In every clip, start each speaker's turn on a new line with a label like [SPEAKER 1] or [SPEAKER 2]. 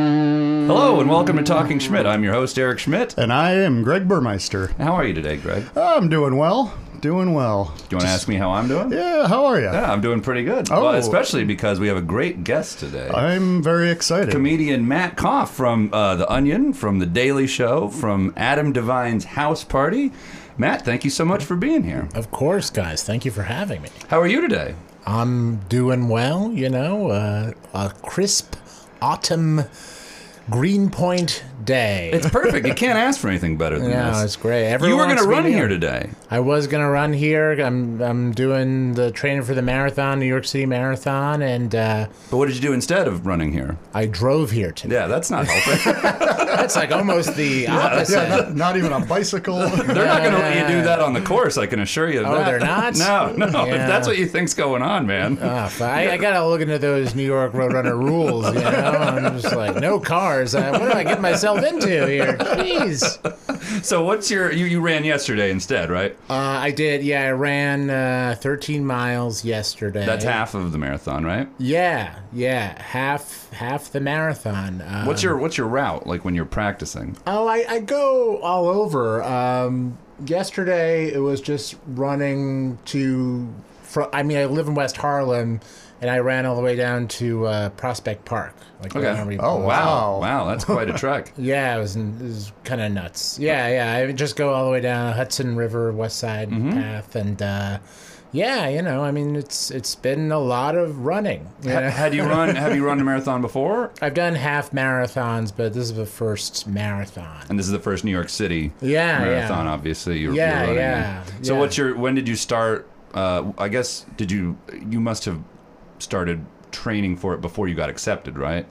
[SPEAKER 1] Hello and welcome to Talking Schmidt. I'm your host Eric Schmidt.
[SPEAKER 2] And I am Greg Burmeister.
[SPEAKER 1] How are you today, Greg? Do
[SPEAKER 2] I'm doing well. Doing well.
[SPEAKER 1] you want to ask me how I'm doing?
[SPEAKER 2] Yeah, how are you?
[SPEAKER 1] Yeah, I'm doing pretty good.
[SPEAKER 2] Oh.
[SPEAKER 1] Well, especially because we have a great guest today.
[SPEAKER 2] I'm very excited.
[SPEAKER 1] Comedian Matt Koff from uh, The Onion, from The Daily Show, from Adam Devine's House Party. Matt, thank you so much for being here.
[SPEAKER 3] Of course, guys. Thank you for having me.
[SPEAKER 1] How are you today?
[SPEAKER 3] I'm doing well, you know, uh, a crisp autumn Greenpoint day.
[SPEAKER 1] It's perfect. you can't ask for anything better than
[SPEAKER 3] yeah,
[SPEAKER 1] this.
[SPEAKER 3] it's great. Everyone
[SPEAKER 1] You were going
[SPEAKER 3] wants
[SPEAKER 1] to
[SPEAKER 3] me
[SPEAKER 1] run
[SPEAKER 3] to-
[SPEAKER 1] here today.
[SPEAKER 3] I was going to run here. I'm, I'm doing the training for the marathon, New York City Marathon, and uh,
[SPEAKER 1] But what did you do instead of running here?
[SPEAKER 3] I drove here today.
[SPEAKER 1] Yeah, that's not helping.
[SPEAKER 3] That's like almost the opposite.
[SPEAKER 2] yeah, not, not even a bicycle.
[SPEAKER 1] They're not going to let you do
[SPEAKER 3] Yeah.
[SPEAKER 1] that on the course, I can assure you.
[SPEAKER 3] Oh,
[SPEAKER 1] that.
[SPEAKER 3] they're not?
[SPEAKER 1] No, no. If
[SPEAKER 3] Yeah.
[SPEAKER 1] that's what you think's going on, man.
[SPEAKER 3] Ah, but I, I gotta look into those New York Roadrunner rules. You know, I'm just like, no cars. I, what do I get myself into here? Jeez.
[SPEAKER 1] so what's your you, you ran yesterday instead, right?
[SPEAKER 3] Uh, I did. Yeah, I ran uh, 13 miles yesterday.
[SPEAKER 1] That's half of the marathon, right?
[SPEAKER 3] Yeah, yeah, half half the marathon. Um,
[SPEAKER 1] What's your what's your route like when you're practicing?
[SPEAKER 3] Oh, I, I go all over. Um, yesterday, it was just running to. Fr- I mean, I live in West Harlem, and I ran all the way down to uh, Prospect Park. Like
[SPEAKER 1] Okay.
[SPEAKER 3] Montgomery
[SPEAKER 2] Oh,
[SPEAKER 1] Wow,
[SPEAKER 3] Park.
[SPEAKER 2] Wow.
[SPEAKER 1] wow, that's quite a trek.
[SPEAKER 3] Yeah, it was, it was kind of nuts. Yeah, yeah. I would just go all the way down Hudson River West Side
[SPEAKER 1] Mm-hmm.
[SPEAKER 3] path, and uh, yeah, you know, I mean, it's it's been a lot of running. You
[SPEAKER 1] Ha-
[SPEAKER 3] know?
[SPEAKER 1] had you run have you run a marathon before?
[SPEAKER 3] I've done half marathons, but this is the first marathon.
[SPEAKER 1] And this is the first New York City
[SPEAKER 3] Yeah,
[SPEAKER 1] marathon,
[SPEAKER 3] yeah.
[SPEAKER 1] obviously. You're,
[SPEAKER 3] Yeah,
[SPEAKER 1] you're running
[SPEAKER 3] yeah,
[SPEAKER 1] in. So
[SPEAKER 3] yeah.
[SPEAKER 1] what's your when did you start uh, I guess did you you must have started training for it before you got accepted, right?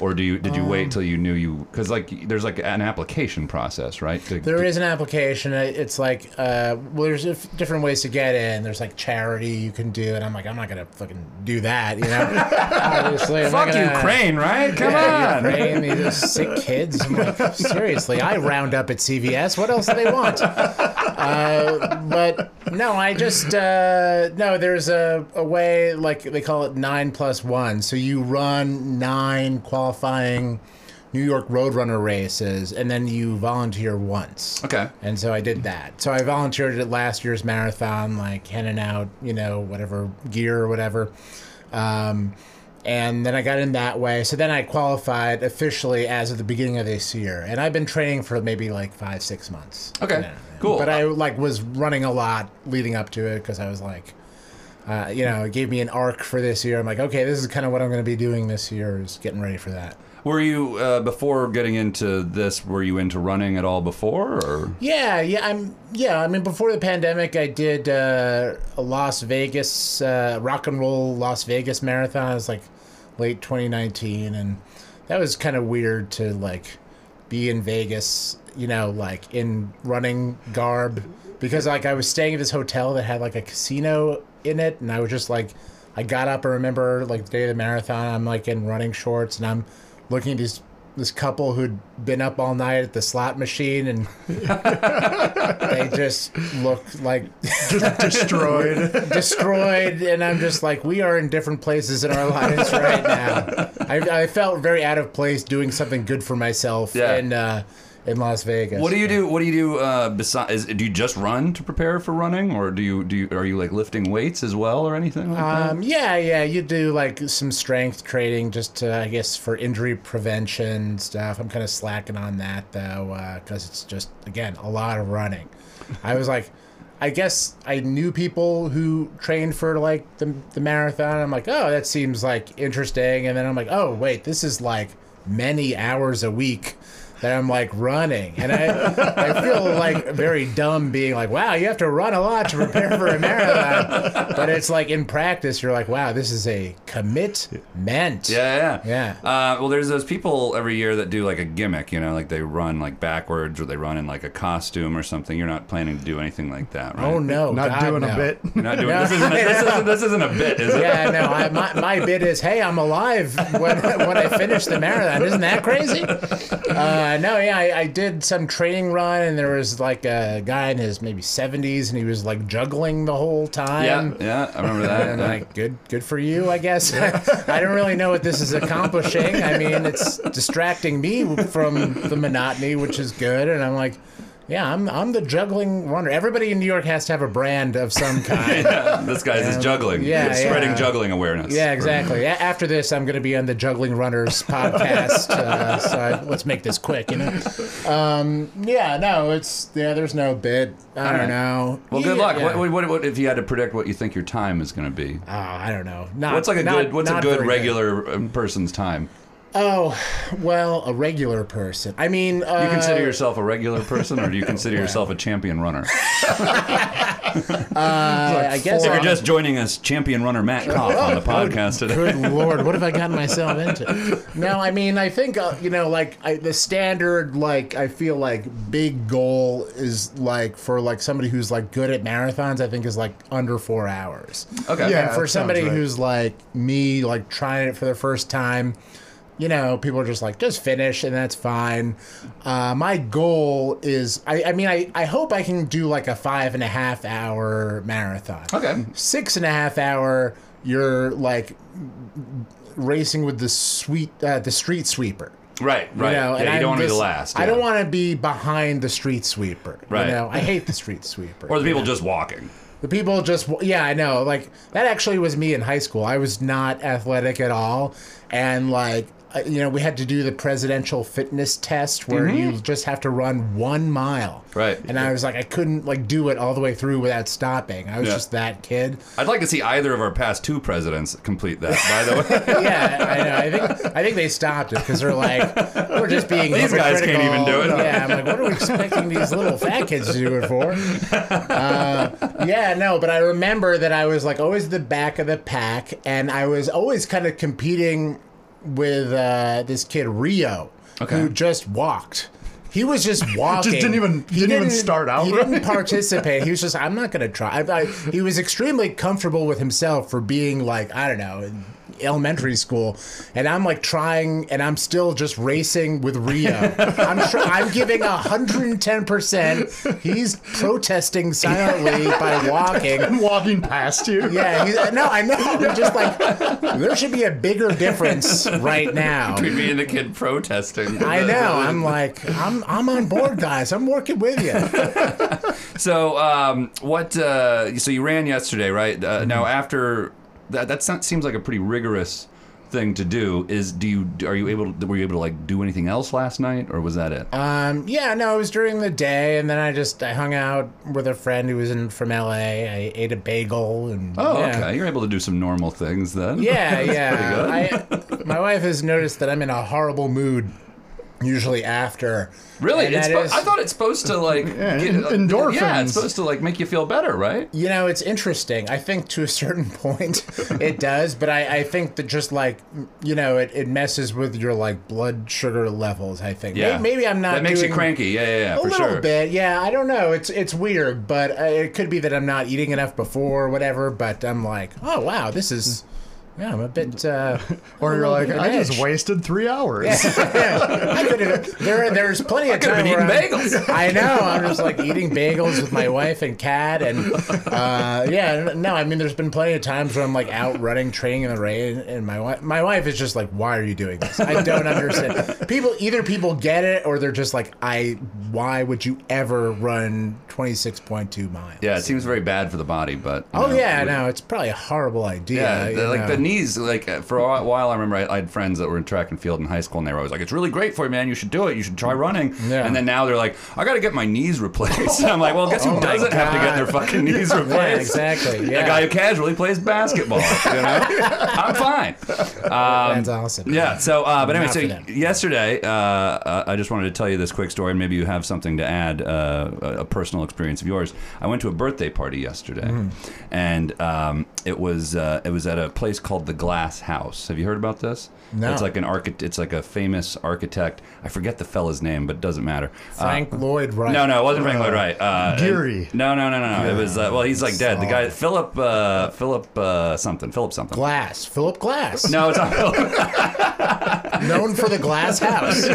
[SPEAKER 1] Or do you did you
[SPEAKER 3] Um.
[SPEAKER 1] wait till you knew you cuz like there's like an application process, right? To-
[SPEAKER 3] There is an application. uh, It's like, uh, well, there's dif- different ways to get in. There's like charity you can do, and I'm like, I'm not gonna fucking do that, you know. Obviously, I'm not
[SPEAKER 1] Fuck
[SPEAKER 3] gonna-
[SPEAKER 1] Ukraine, right? Come
[SPEAKER 3] Yeah,
[SPEAKER 1] on.
[SPEAKER 3] Ukraine, these are sick kids. I'm like, seriously, I round up at CVS. What else do they want? Uh, but no, I just uh, no. There's a, a way like they call it nine plus one. So you run nine qualifying New York Roadrunner races, and then you volunteer once.
[SPEAKER 1] Okay.
[SPEAKER 3] And so I did that. So I volunteered at last year's marathon, like handing out, you know, whatever gear or whatever. Um, and then I got in that way. So then I qualified officially as of the beginning of this year. And I've been training for maybe like five, six months.
[SPEAKER 1] Okay.
[SPEAKER 3] Yeah.
[SPEAKER 1] Cool.
[SPEAKER 3] But I like was running a lot leading up to it because I was like, uh, you know, it gave me an arc for this year. I'm like, okay, this is kind of what I'm going to be doing this year is getting ready for that.
[SPEAKER 1] Were you uh, before getting into this? Were you into running at all before? Or
[SPEAKER 3] Yeah, yeah, I'm. Yeah, I mean, before the pandemic, I did uh, a Las Vegas uh, rock and roll Las Vegas marathon. It was like late 2019, and that was kind of weird to like be in Vegas, you know, like in running garb, because like I was staying at this hotel that had like a casino in it, and I was just like, I got up. I remember like the day of the marathon, I'm like in running shorts, and I'm looking at these. This couple who'd been up all night at the slot machine and they just look like
[SPEAKER 2] Just destroyed.
[SPEAKER 3] destroyed and i'm just like we are in different places in our lives right now I, I felt very out of place doing something good for myself
[SPEAKER 1] Yeah.
[SPEAKER 3] in uh, in las vegas
[SPEAKER 1] what do you do? What do you do? Uh, besides, do you just run to prepare for running, or do you do? You, are you like lifting weights as well, or anything like
[SPEAKER 3] um, yeah yeah you do like some strength training just to, i guess for injury prevention stuff i'm kind of slacking on that though because it's just again a lot of running i was like I guess I knew people who trained for like the, the marathon. I'm like, oh, that seems like interesting. And then I'm like, oh, wait, this is like many hours a week that I'm like running. And I, I feel like very dumb being like, wow, you have to run a lot to prepare for a marathon. But it's like in practice, you're like, wow, this is a commitment.
[SPEAKER 1] that? Yeah, yeah,
[SPEAKER 3] Yeah.
[SPEAKER 1] Uh, well, there's those people every year that do like a gimmick, you know, like they run like backwards or they run in like a costume or something. You're not planning to do anything like that, right?
[SPEAKER 3] Oh, no.
[SPEAKER 2] Not
[SPEAKER 3] God,
[SPEAKER 2] doing
[SPEAKER 3] no.
[SPEAKER 2] a bit.
[SPEAKER 1] You're not doing this. Isn't a, this, isn't, this isn't a bit, is it?
[SPEAKER 3] Yeah, no, I, my, my bit is, hey, I'm alive when, when I finish the marathon. Isn't that crazy? Uh, I uh, no, yeah, I, I did some training run, and there was like a guy in his maybe seventies, and he was like juggling the whole time.
[SPEAKER 1] yeah, yeah, I remember that.
[SPEAKER 3] And
[SPEAKER 1] yeah.
[SPEAKER 3] like, good, good for you, I guess. I don't really know what this is accomplishing. I mean, it's distracting me from the monotony, which is good. And I'm like, yeah, I'm, I'm the juggling runner. Everybody in New York has to have a brand of some kind.
[SPEAKER 1] Yeah, this guy's is juggling.
[SPEAKER 3] yeah,
[SPEAKER 1] spreading
[SPEAKER 3] yeah.
[SPEAKER 1] juggling awareness.
[SPEAKER 3] Yeah, exactly. A- After this, I'm going to be on the Juggling Runners podcast. Uh, so I, let's make this quick, you know. Um, yeah, no, it's yeah. There's no bid. I
[SPEAKER 1] right.
[SPEAKER 3] don't know.
[SPEAKER 1] Well, good
[SPEAKER 3] Yeah,
[SPEAKER 1] luck.
[SPEAKER 3] yeah.
[SPEAKER 1] What, what, what if you had to predict what you think your time is going to be?
[SPEAKER 3] Oh, I don't know. Not,
[SPEAKER 1] What's like a
[SPEAKER 3] not-
[SPEAKER 1] good what's a
[SPEAKER 3] not
[SPEAKER 1] good
[SPEAKER 3] very
[SPEAKER 1] regular uh, person's time?
[SPEAKER 3] Oh, well, a regular person. I mean, uh,
[SPEAKER 1] Do you consider yourself a regular person, or do you consider yourself a champion runner?
[SPEAKER 3] uh, I guess.
[SPEAKER 1] If you're
[SPEAKER 3] I'm-
[SPEAKER 1] just joining us, champion runner Matt Kopp on the podcast today.
[SPEAKER 3] Good lord, what have I gotten myself into? No, I mean, I think uh, you know, like I, the standard, like I feel like big goal is like for like somebody who's like good at marathons. I think is like under four hours.
[SPEAKER 1] Okay.
[SPEAKER 2] Yeah.
[SPEAKER 3] and for
[SPEAKER 2] that sounds
[SPEAKER 3] somebody
[SPEAKER 2] right.
[SPEAKER 3] who's like me, like trying it for the first time, you know, people are just like, just finish, and that's fine. Uh, my goal is, I, I mean, I, I hope I can do like a five and a half hour marathon.
[SPEAKER 1] Okay.
[SPEAKER 3] Six and a half hour, you're like racing with the sweet, uh, the street sweeper.
[SPEAKER 1] Right.
[SPEAKER 3] You
[SPEAKER 1] Right.
[SPEAKER 3] know,
[SPEAKER 1] yeah, you
[SPEAKER 3] I'm
[SPEAKER 1] don't want to be the
[SPEAKER 3] just-
[SPEAKER 1] last.
[SPEAKER 3] I
[SPEAKER 1] yeah.
[SPEAKER 3] don't want to be behind the street sweeper.
[SPEAKER 1] Right.
[SPEAKER 3] You know, I hate the street sweeper.
[SPEAKER 1] Or the people just walking.
[SPEAKER 3] The people just, yeah, I know. Like, that actually was me in high school. I was not athletic at all. And, like, I- you know, we had to do the presidential fitness test where you just have to run one
[SPEAKER 1] Mm-hmm.
[SPEAKER 3] mile.
[SPEAKER 1] Right.
[SPEAKER 3] And I was like, I couldn't, like, do it all the way through without stopping. I was
[SPEAKER 1] Yeah.
[SPEAKER 3] just that kid.
[SPEAKER 1] I'd like to see either of our past two presidents complete that. By the way.
[SPEAKER 3] yeah, I know. I think I think they stopped it because they're like, we're just being
[SPEAKER 1] These guys can't
[SPEAKER 3] hypocritical.
[SPEAKER 1] even do it.
[SPEAKER 3] Yeah, I'm like, what are we expecting these little fat kids to do it for? Uh, yeah, no, but I remember that I was like always the back of the pack, and I was always kind of competing with uh, this kid Rio,
[SPEAKER 1] Okay.
[SPEAKER 3] who just walked. He was just walking.
[SPEAKER 2] didn't even-
[SPEAKER 3] He
[SPEAKER 2] didn't even start out,
[SPEAKER 3] He
[SPEAKER 2] right?
[SPEAKER 3] didn't participate. He was just, I'm not going to try. I, I, he was extremely comfortable with himself for being like, I don't know, in elementary school. And I'm like trying, and I'm still just racing with Rio. I'm, tr- I'm giving 110%. He's protesting silently by walking.
[SPEAKER 2] I'm walking past you.
[SPEAKER 3] Yeah, he's, no, I know. I'm just like, there should be a bigger difference right now.
[SPEAKER 1] Between me and the kid protesting.
[SPEAKER 3] I know. I'm like, I'm I'm on board, guys. I'm working with you.
[SPEAKER 1] So, um, what? Uh, so you ran yesterday, right? Uh,
[SPEAKER 3] Mm-hmm.
[SPEAKER 1] Now, after that, that sounds, seems like a pretty rigorous thing to do. Is do you are you able? To, were you able to like do anything else last night, or was that it?
[SPEAKER 3] Um, yeah, no, it was during the day, and then I just I hung out with a friend who was in from LA. I ate a bagel and
[SPEAKER 1] oh,
[SPEAKER 3] yeah.
[SPEAKER 1] okay. You're able to do some normal things then.
[SPEAKER 3] Yeah, yeah. I, my wife has noticed that I'm in a horrible mood usually after.
[SPEAKER 1] Really?
[SPEAKER 3] And
[SPEAKER 1] It's
[SPEAKER 3] that
[SPEAKER 1] spo-
[SPEAKER 3] is-
[SPEAKER 1] I thought it's supposed to like
[SPEAKER 2] Yeah,
[SPEAKER 1] get- uh,
[SPEAKER 2] en-
[SPEAKER 1] Yeah,
[SPEAKER 2] endorphins.
[SPEAKER 1] it's supposed to like make you feel better, right?
[SPEAKER 3] You know, it's interesting. I think to a certain point it does, but I, I think that just like, m- you know, it, it messes with your like blood sugar levels, I think. May-
[SPEAKER 1] Yeah.
[SPEAKER 3] Maybe, I'm not
[SPEAKER 1] That makes
[SPEAKER 3] doing-
[SPEAKER 1] you cranky. Yeah, yeah, yeah.
[SPEAKER 3] A
[SPEAKER 1] for
[SPEAKER 3] little
[SPEAKER 1] sure.
[SPEAKER 3] bit, yeah. I don't know. It's it's weird, but uh, it could be that I'm not eating enough before or whatever. But I'm like, oh wow, this is. Yeah, I'm a bit. Uh,
[SPEAKER 2] Or you're like,
[SPEAKER 3] an
[SPEAKER 2] I
[SPEAKER 3] edge."
[SPEAKER 2] just wasted three hours.
[SPEAKER 3] I could have. There, there's plenty of
[SPEAKER 1] Could have
[SPEAKER 3] time
[SPEAKER 1] been eating
[SPEAKER 3] where I'm-
[SPEAKER 1] bagels.
[SPEAKER 3] I know. I'm just like eating bagels with my wife and cat, and uh, yeah, n- no. I mean, there's been plenty of times where I'm like out running, training in the rain, and my wife, my wife is just like, "Why are you doing this? I don't understand." People, either people get it, or they're just like, "I, why would you ever run 26.2 miles?"
[SPEAKER 1] Yeah, it seems very bad for the body, but you
[SPEAKER 3] Oh
[SPEAKER 1] know,
[SPEAKER 3] yeah,
[SPEAKER 1] we-
[SPEAKER 3] no, it's probably a horrible idea.
[SPEAKER 1] Yeah,
[SPEAKER 3] you
[SPEAKER 1] the- like the
[SPEAKER 3] know.
[SPEAKER 1] knees. Like uh, for a while, I remember I, I had friends that were in track and field in high school, and they were always like, "It's really great for you, man. You should do it. You should try running."
[SPEAKER 3] Yeah.
[SPEAKER 1] And then now they're like, "I got to get my knees replaced." And I'm like, "Well, guess who
[SPEAKER 3] Oh my
[SPEAKER 1] doesn't have to get
[SPEAKER 3] God.
[SPEAKER 1] their fucking knees replaced?"
[SPEAKER 3] yeah, exactly. Yeah,
[SPEAKER 1] The guy who casually plays basketball. you know? I'm fine. Um,
[SPEAKER 3] that's awesome.
[SPEAKER 1] Yeah. So, uh, but anyway,
[SPEAKER 3] Not
[SPEAKER 1] so
[SPEAKER 3] for them.
[SPEAKER 1] yesterday, uh, uh, I just wanted to tell you this quick story, and maybe you have something to add, uh, a a personal experience of yours. I went to a birthday party yesterday, and um, it was uh, it was at a place called the Glass House. Have you heard about this?
[SPEAKER 3] No.
[SPEAKER 1] It's like an architect. It's like a famous architect. I forget the fella's name, but it doesn't matter. Uh,
[SPEAKER 3] Frank Lloyd Uh, Wright.
[SPEAKER 1] No, no, it wasn't Frank Lloyd Wright. Uh,
[SPEAKER 2] Geary.
[SPEAKER 1] No, no, no, no, no. It was uh, well, he's like dead. The guy Philip uh, Philip uh, something. Philip something.
[SPEAKER 3] Glass. Philip Glass.
[SPEAKER 1] No, it's not Philip.
[SPEAKER 3] known for the glass house.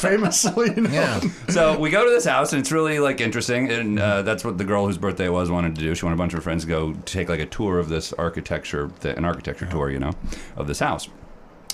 [SPEAKER 2] famously. known.
[SPEAKER 3] Yeah.
[SPEAKER 1] So we go to this house, and it's really like interesting, and uh, that's what the girl whose birthday it was wanted to do. She wanted a bunch of her friends to go take like a tour of this architecture, th- an architecture tour, you know, of this house.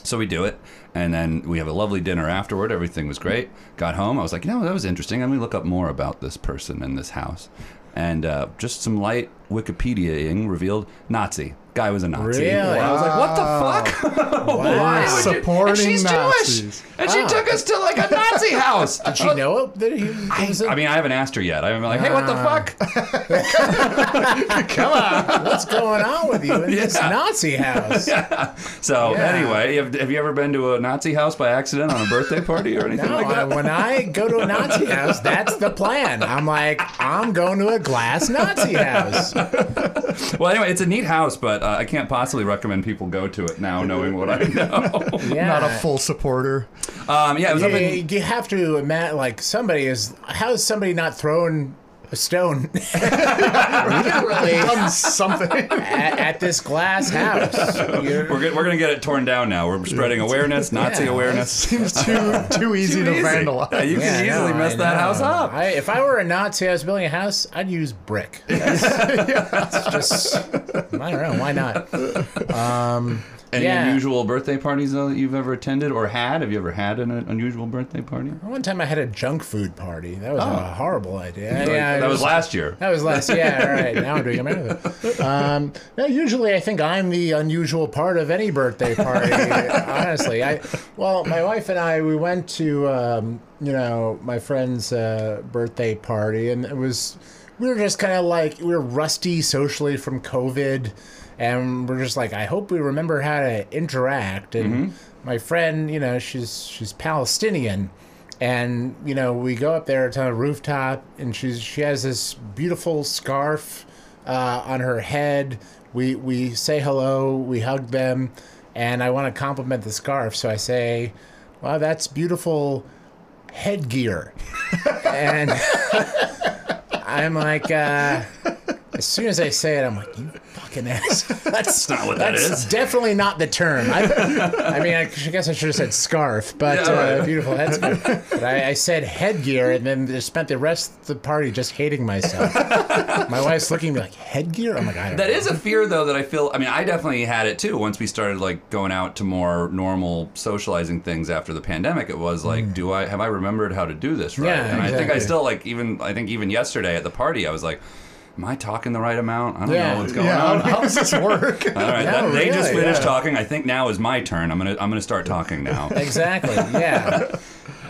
[SPEAKER 1] So we do it, and then we have a lovely dinner afterward. Everything was great. Got home, I was like, you know, that was interesting. Let me look up more about this person and this house, and uh, just some light Wikipediaing revealed Nazi. Guy was a Nazi.
[SPEAKER 3] Really?
[SPEAKER 1] And I was like, what the fuck?
[SPEAKER 3] Wow.
[SPEAKER 1] Why would you-
[SPEAKER 2] Supporting
[SPEAKER 1] and she's
[SPEAKER 2] Nazis.
[SPEAKER 1] Jewish, and she took us to like a Nazi house.
[SPEAKER 3] Did she know it? That he he was a-
[SPEAKER 1] I mean, I haven't asked her yet. I'm like, hey, what the
[SPEAKER 3] Ah.
[SPEAKER 1] fuck?
[SPEAKER 3] what's going on with you in this
[SPEAKER 1] Yeah.
[SPEAKER 3] Nazi house?
[SPEAKER 1] So
[SPEAKER 3] Yeah.
[SPEAKER 1] anyway, have, have you ever been to a Nazi house by accident on a birthday party or anything
[SPEAKER 3] No,
[SPEAKER 1] like that?
[SPEAKER 3] I, when I go to a Nazi house, that's the plan. I'm like, I'm going to a glass Nazi house.
[SPEAKER 1] Well, anyway, it's a neat house, but uh, I can't possibly recommend people go to it now, knowing what I know.
[SPEAKER 3] Yeah.
[SPEAKER 2] Not a full supporter.
[SPEAKER 1] um, yeah, it was up
[SPEAKER 3] Yeah,
[SPEAKER 1] in
[SPEAKER 3] you have to imagine, like, somebody is. How is somebody not thrown a stone literally
[SPEAKER 2] Done something.
[SPEAKER 3] at, at this glass house?
[SPEAKER 1] We're,
[SPEAKER 3] You're-
[SPEAKER 1] go- we're going to get it torn down now. We're spreading awareness, Nazi
[SPEAKER 3] Yeah.
[SPEAKER 1] awareness.
[SPEAKER 2] Seems too too easy to
[SPEAKER 1] Easy.
[SPEAKER 2] vandalize.
[SPEAKER 1] Yeah, you
[SPEAKER 3] Yeah,
[SPEAKER 1] can
[SPEAKER 3] I know,
[SPEAKER 1] easily
[SPEAKER 3] I
[SPEAKER 1] mess that
[SPEAKER 3] know.
[SPEAKER 1] house up.
[SPEAKER 3] I, if I were a Nazi, I was building a house, I'd use brick. It's just, I don't know, why not? Um,
[SPEAKER 1] Any
[SPEAKER 3] yeah.
[SPEAKER 1] unusual birthday parties though that you've ever attended or had? Have you ever had an uh, unusual birthday party?
[SPEAKER 3] One time I had a junk food party. That was a horrible idea. Yeah,
[SPEAKER 1] Oh. that
[SPEAKER 3] it
[SPEAKER 1] was last year.
[SPEAKER 3] That was last. Yeah, all right. Now I'm doing it. Um, no, usually I think I'm the unusual part of any birthday party. honestly, I well, my wife and I we went to um, you know my friend's uh, birthday party, and it was we were just kind of like we were rusty socially from COVID, and we're just like I hope we remember how to interact. And my friend, you know, she's she's Palestinian and you know we go up there to a rooftop and she's she has this beautiful scarf uh, on her head we we say hello we hug them and i want to compliment the scarf so i say wow that's beautiful headgear and i'm like uh, as soon as i say it i'm like you fucking ass that's
[SPEAKER 1] not what that is.
[SPEAKER 3] that's definitely not the term i, I mean I, guess i should have said scarf but
[SPEAKER 1] Yeah,
[SPEAKER 3] uh,
[SPEAKER 1] right.
[SPEAKER 3] beautiful headscarf. but I, I said headgear, and then just spent the rest of the party just hating myself. My wife's looking at me like headgear. I'm like, I don't
[SPEAKER 1] That
[SPEAKER 3] know.
[SPEAKER 1] is a fear, though, that I feel. I mean, I definitely had it too. Once we started like going out to more normal socializing things after the pandemic, it was like, do I have I remembered how to do this right?
[SPEAKER 3] Mm. Yeah,
[SPEAKER 1] and I think I
[SPEAKER 3] exactly.
[SPEAKER 1] still like even I think even yesterday at the party, I was like, am I talking the right amount? I don't
[SPEAKER 3] Yeah.
[SPEAKER 1] know what's going
[SPEAKER 2] Yeah,
[SPEAKER 1] on.
[SPEAKER 2] how does this work?
[SPEAKER 1] All right,
[SPEAKER 3] No,
[SPEAKER 1] that- they just
[SPEAKER 3] really,
[SPEAKER 1] finished
[SPEAKER 3] yeah.
[SPEAKER 1] talking. I think now is my turn. I'm gonna I'm gonna start talking now.
[SPEAKER 3] exactly. Yeah.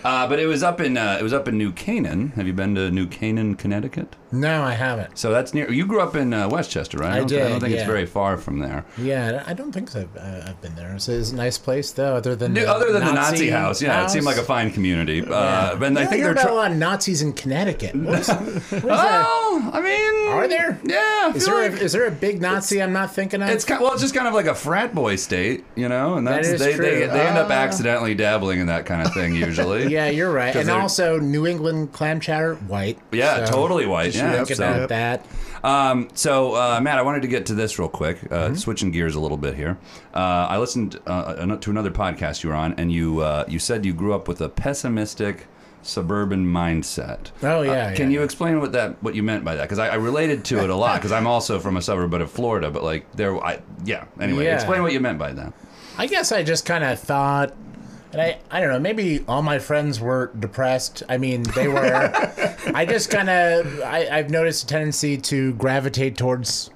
[SPEAKER 1] uh, but it was up in uh, it was up in New Canaan. Have you been to New Canaan, Connecticut?
[SPEAKER 3] No, I haven't.
[SPEAKER 1] So that's near. You grew up in uh, Westchester, right?
[SPEAKER 3] I
[SPEAKER 1] don't- I don't
[SPEAKER 3] did,
[SPEAKER 1] think it's
[SPEAKER 3] yeah.
[SPEAKER 1] very far from there.
[SPEAKER 3] Yeah, I don't think so. I've, uh, I've been there. So it's a nice place though, other than the
[SPEAKER 1] other than the Nazi house, yeah, it seemed like a fine community. Uh, and I
[SPEAKER 3] I
[SPEAKER 1] think
[SPEAKER 3] hear
[SPEAKER 1] they're.
[SPEAKER 3] about a
[SPEAKER 1] Tra-
[SPEAKER 3] lot of Nazis in Connecticut. What's- what is that?
[SPEAKER 1] well, I mean,
[SPEAKER 3] Are there?
[SPEAKER 1] Yeah, I
[SPEAKER 3] Is
[SPEAKER 1] feel
[SPEAKER 3] there, a,
[SPEAKER 1] like
[SPEAKER 3] is there a big Nazi I'm not thinking of?
[SPEAKER 1] it's kind well, it's just kind of like a frat boy state, you know, and that's
[SPEAKER 3] is
[SPEAKER 1] they, they
[SPEAKER 3] true.
[SPEAKER 1] they end up
[SPEAKER 3] Ah.
[SPEAKER 1] accidentally dabbling in that kind of thing usually.
[SPEAKER 3] yeah, you're right.
[SPEAKER 1] 'Cause
[SPEAKER 3] And
[SPEAKER 1] they're-
[SPEAKER 3] also New England clam chowder, white.
[SPEAKER 1] Yeah,
[SPEAKER 3] So
[SPEAKER 1] totally white.
[SPEAKER 3] just
[SPEAKER 1] Yeah,
[SPEAKER 3] look at
[SPEAKER 1] so-
[SPEAKER 3] that- that.
[SPEAKER 1] Um, so, uh, Matt, I wanted to get to this real quick. Uh,
[SPEAKER 3] Mm-hmm.
[SPEAKER 1] Switching gears a little bit here. Uh, I listened uh, ano- to another podcast you were on, and you uh, you said you grew up with a pessimistic suburban mindset.
[SPEAKER 3] Oh,
[SPEAKER 1] Uh,
[SPEAKER 3] yeah,
[SPEAKER 1] can
[SPEAKER 3] yeah,
[SPEAKER 1] you explain what that what you meant by that? Because I, I related to it a lot. Because I'm also from a suburb but of Florida, but like there, I yeah. Anyway,
[SPEAKER 3] Yeah.
[SPEAKER 1] explain what you meant by that.
[SPEAKER 3] I guess I just kind of thought, and I, I don't know, maybe all my friends were depressed. I mean, they were. I just kind of, I've noticed a tendency to gravitate towards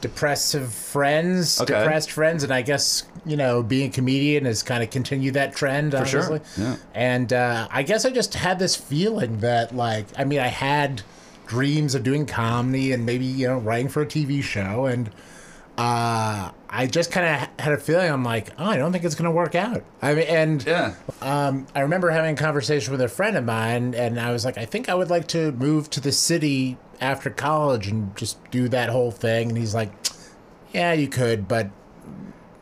[SPEAKER 3] depressive friends,
[SPEAKER 1] Okay.
[SPEAKER 3] depressed friends, and I guess, you know, being a comedian has kind of continued that trend, For
[SPEAKER 1] sure,
[SPEAKER 3] obviously.
[SPEAKER 1] yeah.
[SPEAKER 3] And uh, I guess I just had this feeling that, like, I mean, I had dreams of doing comedy and maybe, you know, writing for a TV show. And uh, I just kind of had a feeling I'm like, oh, I don't think it's going to work out. I mean, and
[SPEAKER 1] Yeah.
[SPEAKER 3] um, I remember having a conversation with a friend of mine, and I was like, I think I would like to move to the city after college and just do that whole thing. And he's like, yeah, you could, but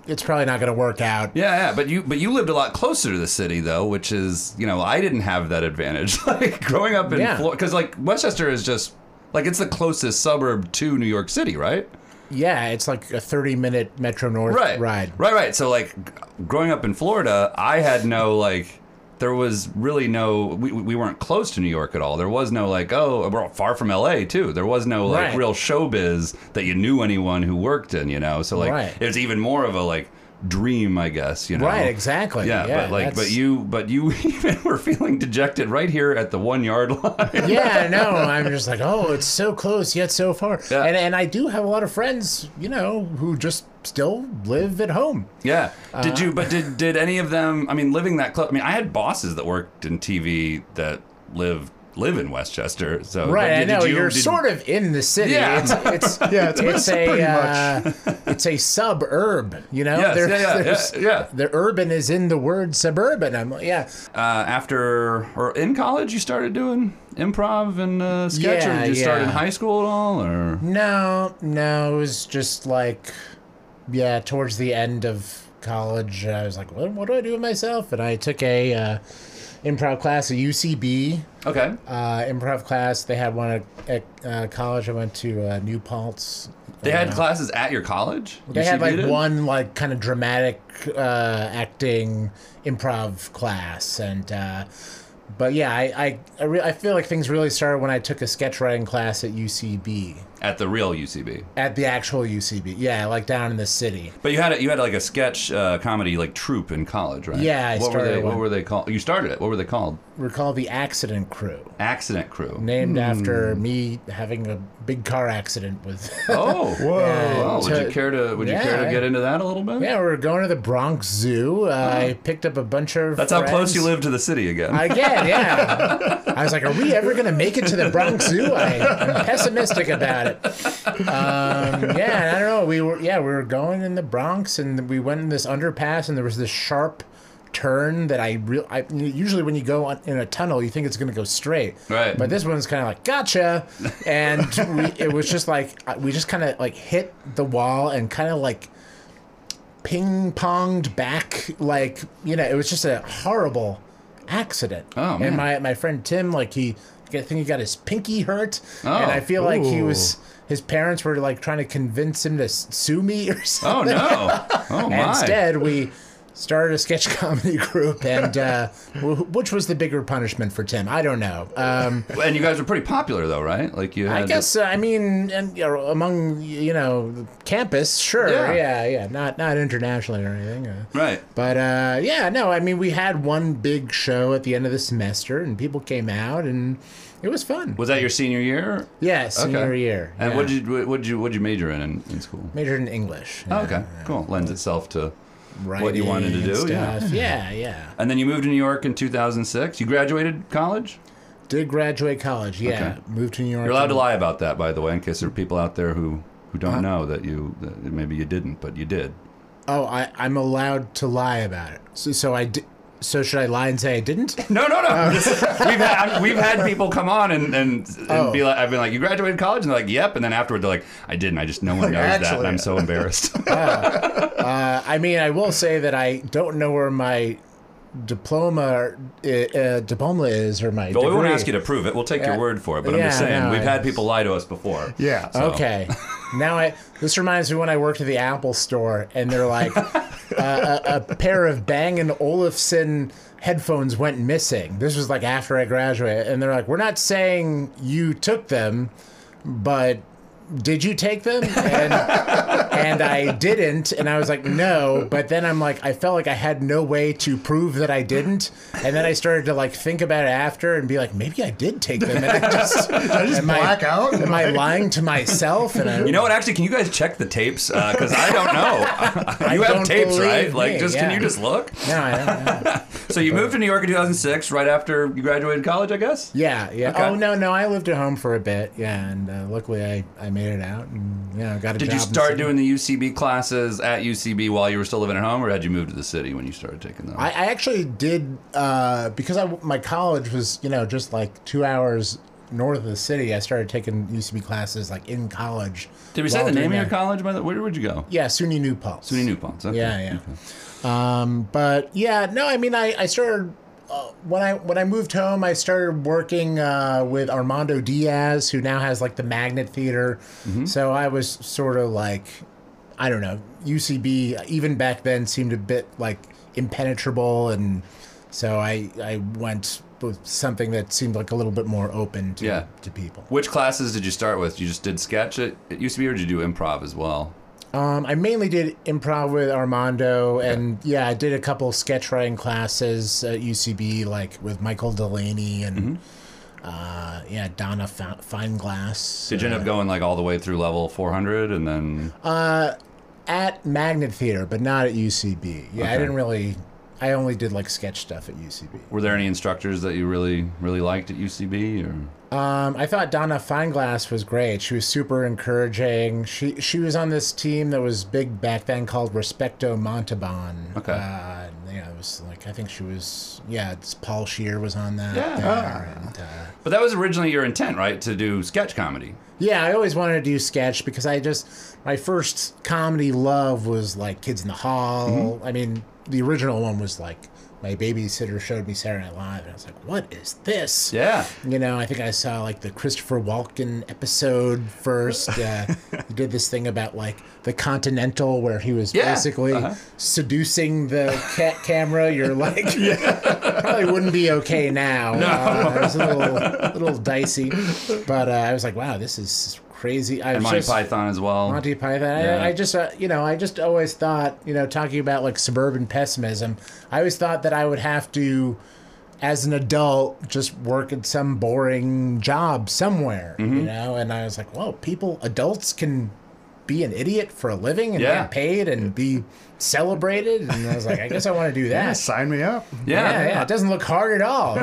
[SPEAKER 3] it's probably not going to work out.
[SPEAKER 1] Yeah, yeah, but you but you lived a lot closer to the city though, which is you know I didn't have that advantage. like growing up in
[SPEAKER 3] Yeah.
[SPEAKER 1] Florida, because like Westchester is just like it's the closest suburb to New York City, right?
[SPEAKER 3] yeah, it's like a 30 minute Metro North
[SPEAKER 1] right
[SPEAKER 3] ride.
[SPEAKER 1] right right so like g- growing up in florida i had no like there was really no we, we weren't close to new york at all there was no like oh we're far from la too there was no like
[SPEAKER 3] Right.
[SPEAKER 1] real showbiz that you knew anyone who worked in you know so like
[SPEAKER 3] Right.
[SPEAKER 1] it was even more of a like dream i guess you know
[SPEAKER 3] Right, exactly.
[SPEAKER 1] yeah, but like but
[SPEAKER 3] that's-
[SPEAKER 1] you but you even were feeling dejected right here at the one yard line
[SPEAKER 3] yeah, no, I'm just like, oh, it's so close yet so far.
[SPEAKER 1] Yeah.
[SPEAKER 3] And and I do have a lot of friends, you know, who just still live at home.
[SPEAKER 1] Yeah. Did you? But did did any of them? I mean, living that close. I mean, I had bosses that worked in TV that live live in Westchester. So but
[SPEAKER 3] Right, I
[SPEAKER 1] Oh, did- did
[SPEAKER 3] know
[SPEAKER 1] you-
[SPEAKER 3] you're
[SPEAKER 1] did-
[SPEAKER 3] sort of in the city.
[SPEAKER 1] Yeah.
[SPEAKER 3] It's, it's
[SPEAKER 2] Yeah, it's- it's
[SPEAKER 3] a
[SPEAKER 2] pretty
[SPEAKER 3] Uh, it's a suburb, you know.
[SPEAKER 1] Yes,
[SPEAKER 3] There-
[SPEAKER 1] yeah, yeah,
[SPEAKER 3] there's-
[SPEAKER 1] yeah, yeah.
[SPEAKER 3] The urban is in the word suburban. I'm like, yeah,
[SPEAKER 1] uh, after or in college. You started doing improv and uh, sketch, or
[SPEAKER 3] Yeah,
[SPEAKER 1] did you start in
[SPEAKER 3] yeah.
[SPEAKER 1] high school at all? Or
[SPEAKER 3] no, no, it was just like, yeah, towards the end of college, I was like, what, what do I do with myself? And I took a uh, improv class at UCB.
[SPEAKER 1] okay,
[SPEAKER 3] uh, improv class. They had one at, at uh, college. I went to uh, New Paltz.
[SPEAKER 1] they had classes at your college.
[SPEAKER 3] They had
[SPEAKER 1] UCB
[SPEAKER 3] like
[SPEAKER 1] did?
[SPEAKER 3] one like kind of dramatic uh, acting improv class, and uh, but yeah, I I I, re- I feel like things really started when I took a sketch writing class at UCB
[SPEAKER 1] at the real UCB.
[SPEAKER 3] at the actual UCB. Yeah, like down in the city.
[SPEAKER 1] But you had a, you had like a sketch uh, comedy like troupe in college, right?
[SPEAKER 3] Yeah, I
[SPEAKER 1] what were
[SPEAKER 3] started
[SPEAKER 1] they? What
[SPEAKER 3] one.
[SPEAKER 1] were they called? You started it. What were they called?
[SPEAKER 3] Recall the accident crew.
[SPEAKER 1] Accident Crew.
[SPEAKER 3] Named after me having a big car accident with
[SPEAKER 1] Oh,
[SPEAKER 2] Whoa.
[SPEAKER 1] Well, would
[SPEAKER 3] to-
[SPEAKER 1] you care to would you care to
[SPEAKER 3] Yeah.
[SPEAKER 1] get into that a little bit?
[SPEAKER 3] Yeah, we were going to the Bronx Zoo. Uh, I picked up a bunch of.
[SPEAKER 1] That's how close
[SPEAKER 3] friends.
[SPEAKER 1] you live to the city again.
[SPEAKER 3] Again, yeah. I was like, "Are we ever going to make it to the Bronx Zoo?" I, am pessimistic about it. Um, yeah, and I don't know. We were yeah, we were going in the Bronx, and we went in this underpass, and there was this sharp turn that I real. I usually when you go on, in a tunnel, you think it's going to go straight,
[SPEAKER 1] Right.
[SPEAKER 3] But this one's kind of like gotcha, and we, it was just like uh, we just kind of like hit the wall and kind of like ping ponged back. Like, you know, it was just a horrible accident.
[SPEAKER 1] Oh, man.
[SPEAKER 3] And my, my friend Tim, like, he, I think he got his pinky hurt.
[SPEAKER 1] Oh.
[SPEAKER 3] and I feel like he
[SPEAKER 2] Ooh.
[SPEAKER 3] was, his parents were like trying to convince him to s- sue me or something.
[SPEAKER 1] Oh no! Oh my!
[SPEAKER 3] Instead, we started a sketch comedy group, and uh, wh- which was the bigger punishment for Tim? I don't know. Um,
[SPEAKER 1] And you guys were pretty popular though, right? Like you had.
[SPEAKER 3] I guess uh, I mean, and you know, among you know, campus, sure,
[SPEAKER 1] Yeah.
[SPEAKER 3] yeah, yeah, not not internationally or anything. Uh,
[SPEAKER 1] Right.
[SPEAKER 3] but uh, yeah, no, I mean, we had one big show at the end of the semester, and people came out, and it was fun.
[SPEAKER 1] Was that your senior year?
[SPEAKER 3] yeah, senior year.
[SPEAKER 1] And
[SPEAKER 3] yeah.
[SPEAKER 1] what did you what you what you major in in, in school?
[SPEAKER 3] majored in English?
[SPEAKER 1] Oh, okay, cool. Lends itself to.
[SPEAKER 3] Writing
[SPEAKER 1] what you wanted to
[SPEAKER 3] and
[SPEAKER 1] do, yeah.
[SPEAKER 3] stuff. yeah, yeah.
[SPEAKER 1] And then you moved to New York in 2006. You graduated college.
[SPEAKER 3] Did graduate college? Yeah,
[SPEAKER 1] Okay.
[SPEAKER 3] moved to New York.
[SPEAKER 1] You're allowed to
[SPEAKER 3] and-
[SPEAKER 1] lie about that, by the way, in case there are people out there who who don't know that you that maybe you didn't, but you did.
[SPEAKER 3] Oh, I, I'm allowed to lie about it. So, so I di- So should I lie and say I didn't?
[SPEAKER 1] No, no, no. we've had I've- we've had people come on and and, and be like, I've been like, you graduated college, and they're like, yep, and then afterward they're like, I didn't. I just no one knows that, and
[SPEAKER 2] Actually.
[SPEAKER 1] I'm so embarrassed.
[SPEAKER 3] Uh, I mean, I will say that I don't know where my diploma uh, uh, diploma is or my.
[SPEAKER 1] but we won't
[SPEAKER 3] degree.
[SPEAKER 1] ask you to prove it. We'll take your
[SPEAKER 3] Yeah.
[SPEAKER 1] word for it. But I'm
[SPEAKER 3] Yeah,
[SPEAKER 1] just saying,
[SPEAKER 3] no,
[SPEAKER 1] we've
[SPEAKER 3] I-
[SPEAKER 1] had people lie to us before.
[SPEAKER 2] Yeah.
[SPEAKER 1] So-
[SPEAKER 3] Okay. now I this reminds me when I worked at the Apple store and they're like uh, a, a pair of Bang and Olufsen headphones went missing. This was like after I graduated and they're like we're not saying you took them but did you take them? And, and I didn't. And I was like, no. But then I'm like, I felt like I had no way to prove that I didn't. And then I started to like think about it after and be like, maybe I did take them. And I just, I
[SPEAKER 2] just black out?
[SPEAKER 3] Am I lying to myself? And I,
[SPEAKER 1] You know what? Actually, can you guys check the tapes? Because I don't know. you have
[SPEAKER 3] don't
[SPEAKER 1] tapes,
[SPEAKER 3] believe
[SPEAKER 1] right? Like,
[SPEAKER 3] me,
[SPEAKER 1] just can
[SPEAKER 3] yeah.
[SPEAKER 1] you just look?
[SPEAKER 3] no, I don't know.
[SPEAKER 1] So you moved to New York in 2006, right after you graduated college, I guess.
[SPEAKER 3] Yeah, yeah.
[SPEAKER 1] Okay.
[SPEAKER 3] Oh no, no. I lived at home for a bit. Yeah, and uh, luckily I, I made it out and yeah, got a
[SPEAKER 1] Did
[SPEAKER 3] job.
[SPEAKER 1] you
[SPEAKER 3] in
[SPEAKER 1] start
[SPEAKER 3] Sydney.
[SPEAKER 1] doing the UCB classes at UCB while you were still living at home, or had you moved to the city when you started taking them?
[SPEAKER 3] I, I actually did uh, because I my college was you know just like two hours north of the city. I started taking UCB classes like in college.
[SPEAKER 1] Did we say
[SPEAKER 3] while
[SPEAKER 1] the name
[SPEAKER 3] doing
[SPEAKER 1] of your
[SPEAKER 3] that.
[SPEAKER 1] college? By the where would you go?
[SPEAKER 3] Yeah, SUNY New Paltz.
[SPEAKER 1] SUNY New Paltz. Okay.
[SPEAKER 3] Yeah, yeah. Um, but yeah, no, I mean, I, I started when I when I moved home, I started working uh, with Armando Diaz, who now has like the Magnet Theater.
[SPEAKER 1] Mm-hmm.
[SPEAKER 3] So I was sort of like, I don't know, UCB even back then seemed a bit like impenetrable, and so I I went with something that seemed like a little bit more open to
[SPEAKER 1] Yeah.
[SPEAKER 3] to people.
[SPEAKER 1] Which classes did you start with? You just did sketch at, at UCB, or did you do improv as well?
[SPEAKER 3] Um, I mainly did improv with Armando, and yeah, I did a couple sketch writing classes at UCB, like with Michael Delaney and uh, yeah, Donna Fa- Fineglass.
[SPEAKER 1] Mm-hmm. Did you end
[SPEAKER 3] uh,
[SPEAKER 1] up going like all the way through level 400 and then?
[SPEAKER 3] at Magnet Theater, but not at UCB? Yeah, I
[SPEAKER 1] Okay.
[SPEAKER 3] didn't really. I only did like sketch stuff at UCB.
[SPEAKER 1] Were there any instructors that you really really liked at UCB or
[SPEAKER 3] Um, I thought Donna Fineglass was great. She was super encouraging. She she was on this team that was big back then called Respecto Montalban.
[SPEAKER 1] Okay.
[SPEAKER 3] Uh, and, yeah, it was like I think she was. Yeah, it's Paul Shear was on that.
[SPEAKER 1] Yeah. Oh.
[SPEAKER 3] there, and, uh,
[SPEAKER 1] But that was originally your intent, right? To do sketch comedy.
[SPEAKER 3] yeah. I always wanted to do sketch because I just my first comedy love was like Kids in the Hall.
[SPEAKER 1] Mm-hmm.
[SPEAKER 3] I mean, the original one was like my babysitter showed me Saturday Night Live, and I was like, what is this?
[SPEAKER 1] Yeah.
[SPEAKER 3] You know, I think I saw like the Christopher Walken episode first. Uh, he did this thing about like the Continental, where he was
[SPEAKER 1] Yeah,
[SPEAKER 3] basically
[SPEAKER 1] uh-huh.
[SPEAKER 3] seducing the cat camera. You're like, probably wouldn't be okay now. No. Uh, it was a little, little dicey, but uh, I was like, wow, this is crazy. I
[SPEAKER 1] And
[SPEAKER 3] was
[SPEAKER 1] Monty
[SPEAKER 3] just,
[SPEAKER 1] Python as well.
[SPEAKER 3] Monty Python.
[SPEAKER 1] Yeah.
[SPEAKER 3] I, I just, uh, you know, I just always thought, you know, talking about like suburban pessimism, I always thought that I would have to, as an adult, just work at some boring job somewhere, you know? And I was like, well, people, adults can be an idiot for a living and
[SPEAKER 1] Yeah.
[SPEAKER 3] get paid and be celebrated. And I was like, I guess I want to do
[SPEAKER 2] Yeah,
[SPEAKER 3] that.
[SPEAKER 2] sign me up.
[SPEAKER 1] yeah.
[SPEAKER 3] Yeah, yeah, it doesn't look hard at all.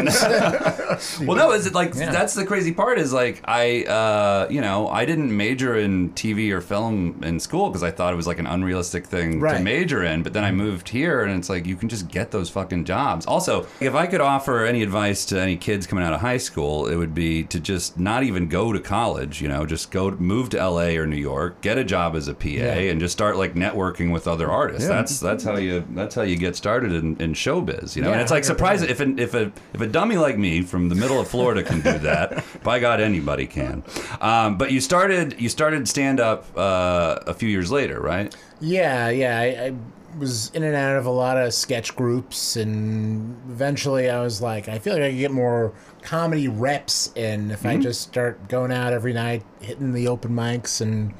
[SPEAKER 1] Well, no, is it like
[SPEAKER 3] Yeah.
[SPEAKER 1] that's the crazy part is like I, uh, you know, I didn't major in TV or film in school because I thought it was like an unrealistic thing to
[SPEAKER 3] Right.
[SPEAKER 1] major in. But then I moved here and it's like you can just get those fucking jobs. Also, if I could offer any advice to any kids coming out of high school, it would be to just not even go to college, you know, just go move to LA or New York, get a job as a PA and just start like networking with other artists. That's that's how you that's how you get started in, in showbiz, you know. and
[SPEAKER 3] Yeah,
[SPEAKER 1] it's like
[SPEAKER 3] 100%.
[SPEAKER 1] surprising if an, if a if a dummy like me from the middle of Florida can do that, by God, anybody can. Um, but you started you started stand up uh, a few years later, right?
[SPEAKER 3] Yeah, yeah. I, I was in and out of a lot of sketch groups, and eventually I was like, I feel like I could get more comedy reps in if I just start going out every night, hitting the open mics, and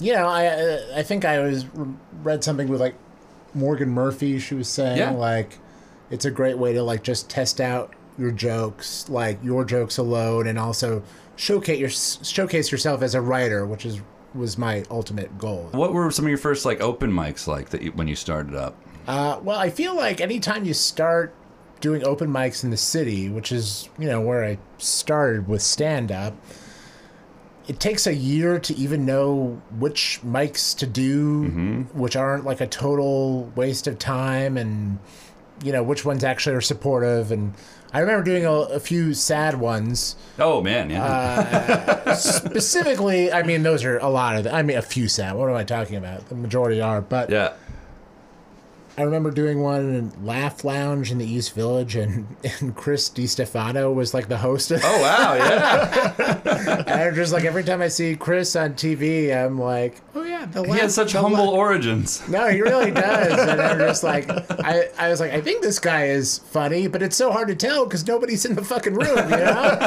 [SPEAKER 3] you know, I uh, I think I was read something with like Morgan Murphy. She was saying
[SPEAKER 1] Yeah.
[SPEAKER 3] like, it's a great way to like just test out your jokes, like your jokes alone, and also showcase your showcase yourself as a writer, which is was my ultimate goal.
[SPEAKER 1] What were some of your first like open mics like that you, when you started up?
[SPEAKER 3] Uh, well, I feel like anytime you start doing open mics in the city, which is you know where I started with stand up, it takes a year to even know which mics to do, which aren't like a total waste of time, and you know which ones actually are supportive. And I remember doing a, a few sad ones.
[SPEAKER 1] Oh man, yeah,
[SPEAKER 3] Uh, Specifically, I mean those are a lot of. The, I mean a few sad. What am I talking about? The majority are, but
[SPEAKER 1] yeah.
[SPEAKER 3] I remember doing one in Laugh Lounge in the East Village, and, and Chris DiStefano was like the host. Of
[SPEAKER 1] Oh wow, yeah.
[SPEAKER 3] and I'm just like every time I see Chris on TV, I'm like, oh yeah, the
[SPEAKER 1] He
[SPEAKER 3] laugh.
[SPEAKER 1] had such
[SPEAKER 3] the
[SPEAKER 1] humble
[SPEAKER 3] Laugh-
[SPEAKER 1] origins.
[SPEAKER 3] No, he really does. And I'm just like, I, I was like, I think this guy is funny, but it's so hard to tell because nobody's in the fucking room, you know.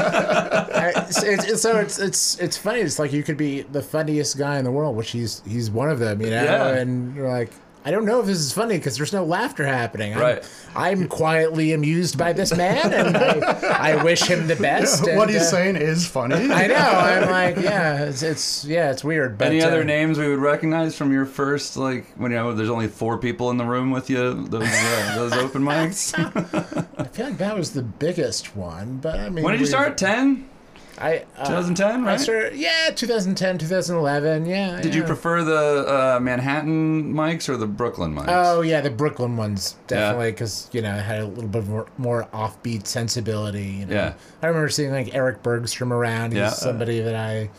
[SPEAKER 3] I, it's, it's, so it's it's it's funny. It's like you could be the funniest guy in the world, which he's he's one of them, you know.
[SPEAKER 1] Yeah.
[SPEAKER 3] And you're like, I don't know if this is funny because there's no laughter happening. I'm,
[SPEAKER 1] Right.
[SPEAKER 3] I'm quietly amused by this man, and I, I wish him the best.
[SPEAKER 2] What
[SPEAKER 3] and,
[SPEAKER 2] he's
[SPEAKER 3] uh,
[SPEAKER 2] saying is funny.
[SPEAKER 3] I know. I'm like, yeah, it's, it's yeah, it's weird. But
[SPEAKER 1] Any other
[SPEAKER 3] uh,
[SPEAKER 1] names we would recognize from your first like when you know, there's only four people in the room with you those uh, those open mics?
[SPEAKER 3] I feel like that was the biggest one. But I mean,
[SPEAKER 1] when did you
[SPEAKER 3] we've-
[SPEAKER 1] start? Ten?
[SPEAKER 3] I uh,
[SPEAKER 1] 2010,
[SPEAKER 3] I
[SPEAKER 1] right?
[SPEAKER 3] started, yeah, 2010, 2011. Yeah.
[SPEAKER 1] Did you prefer the uh, Manhattan mics or the Brooklyn mics?
[SPEAKER 3] Oh yeah, the Brooklyn ones definitely
[SPEAKER 1] Yeah.
[SPEAKER 3] because you know it had a little bit more, more offbeat sensibility. You know?
[SPEAKER 1] Yeah.
[SPEAKER 3] I remember seeing like Eric Bergstrom around. He's
[SPEAKER 1] Yeah. uh,
[SPEAKER 3] somebody that I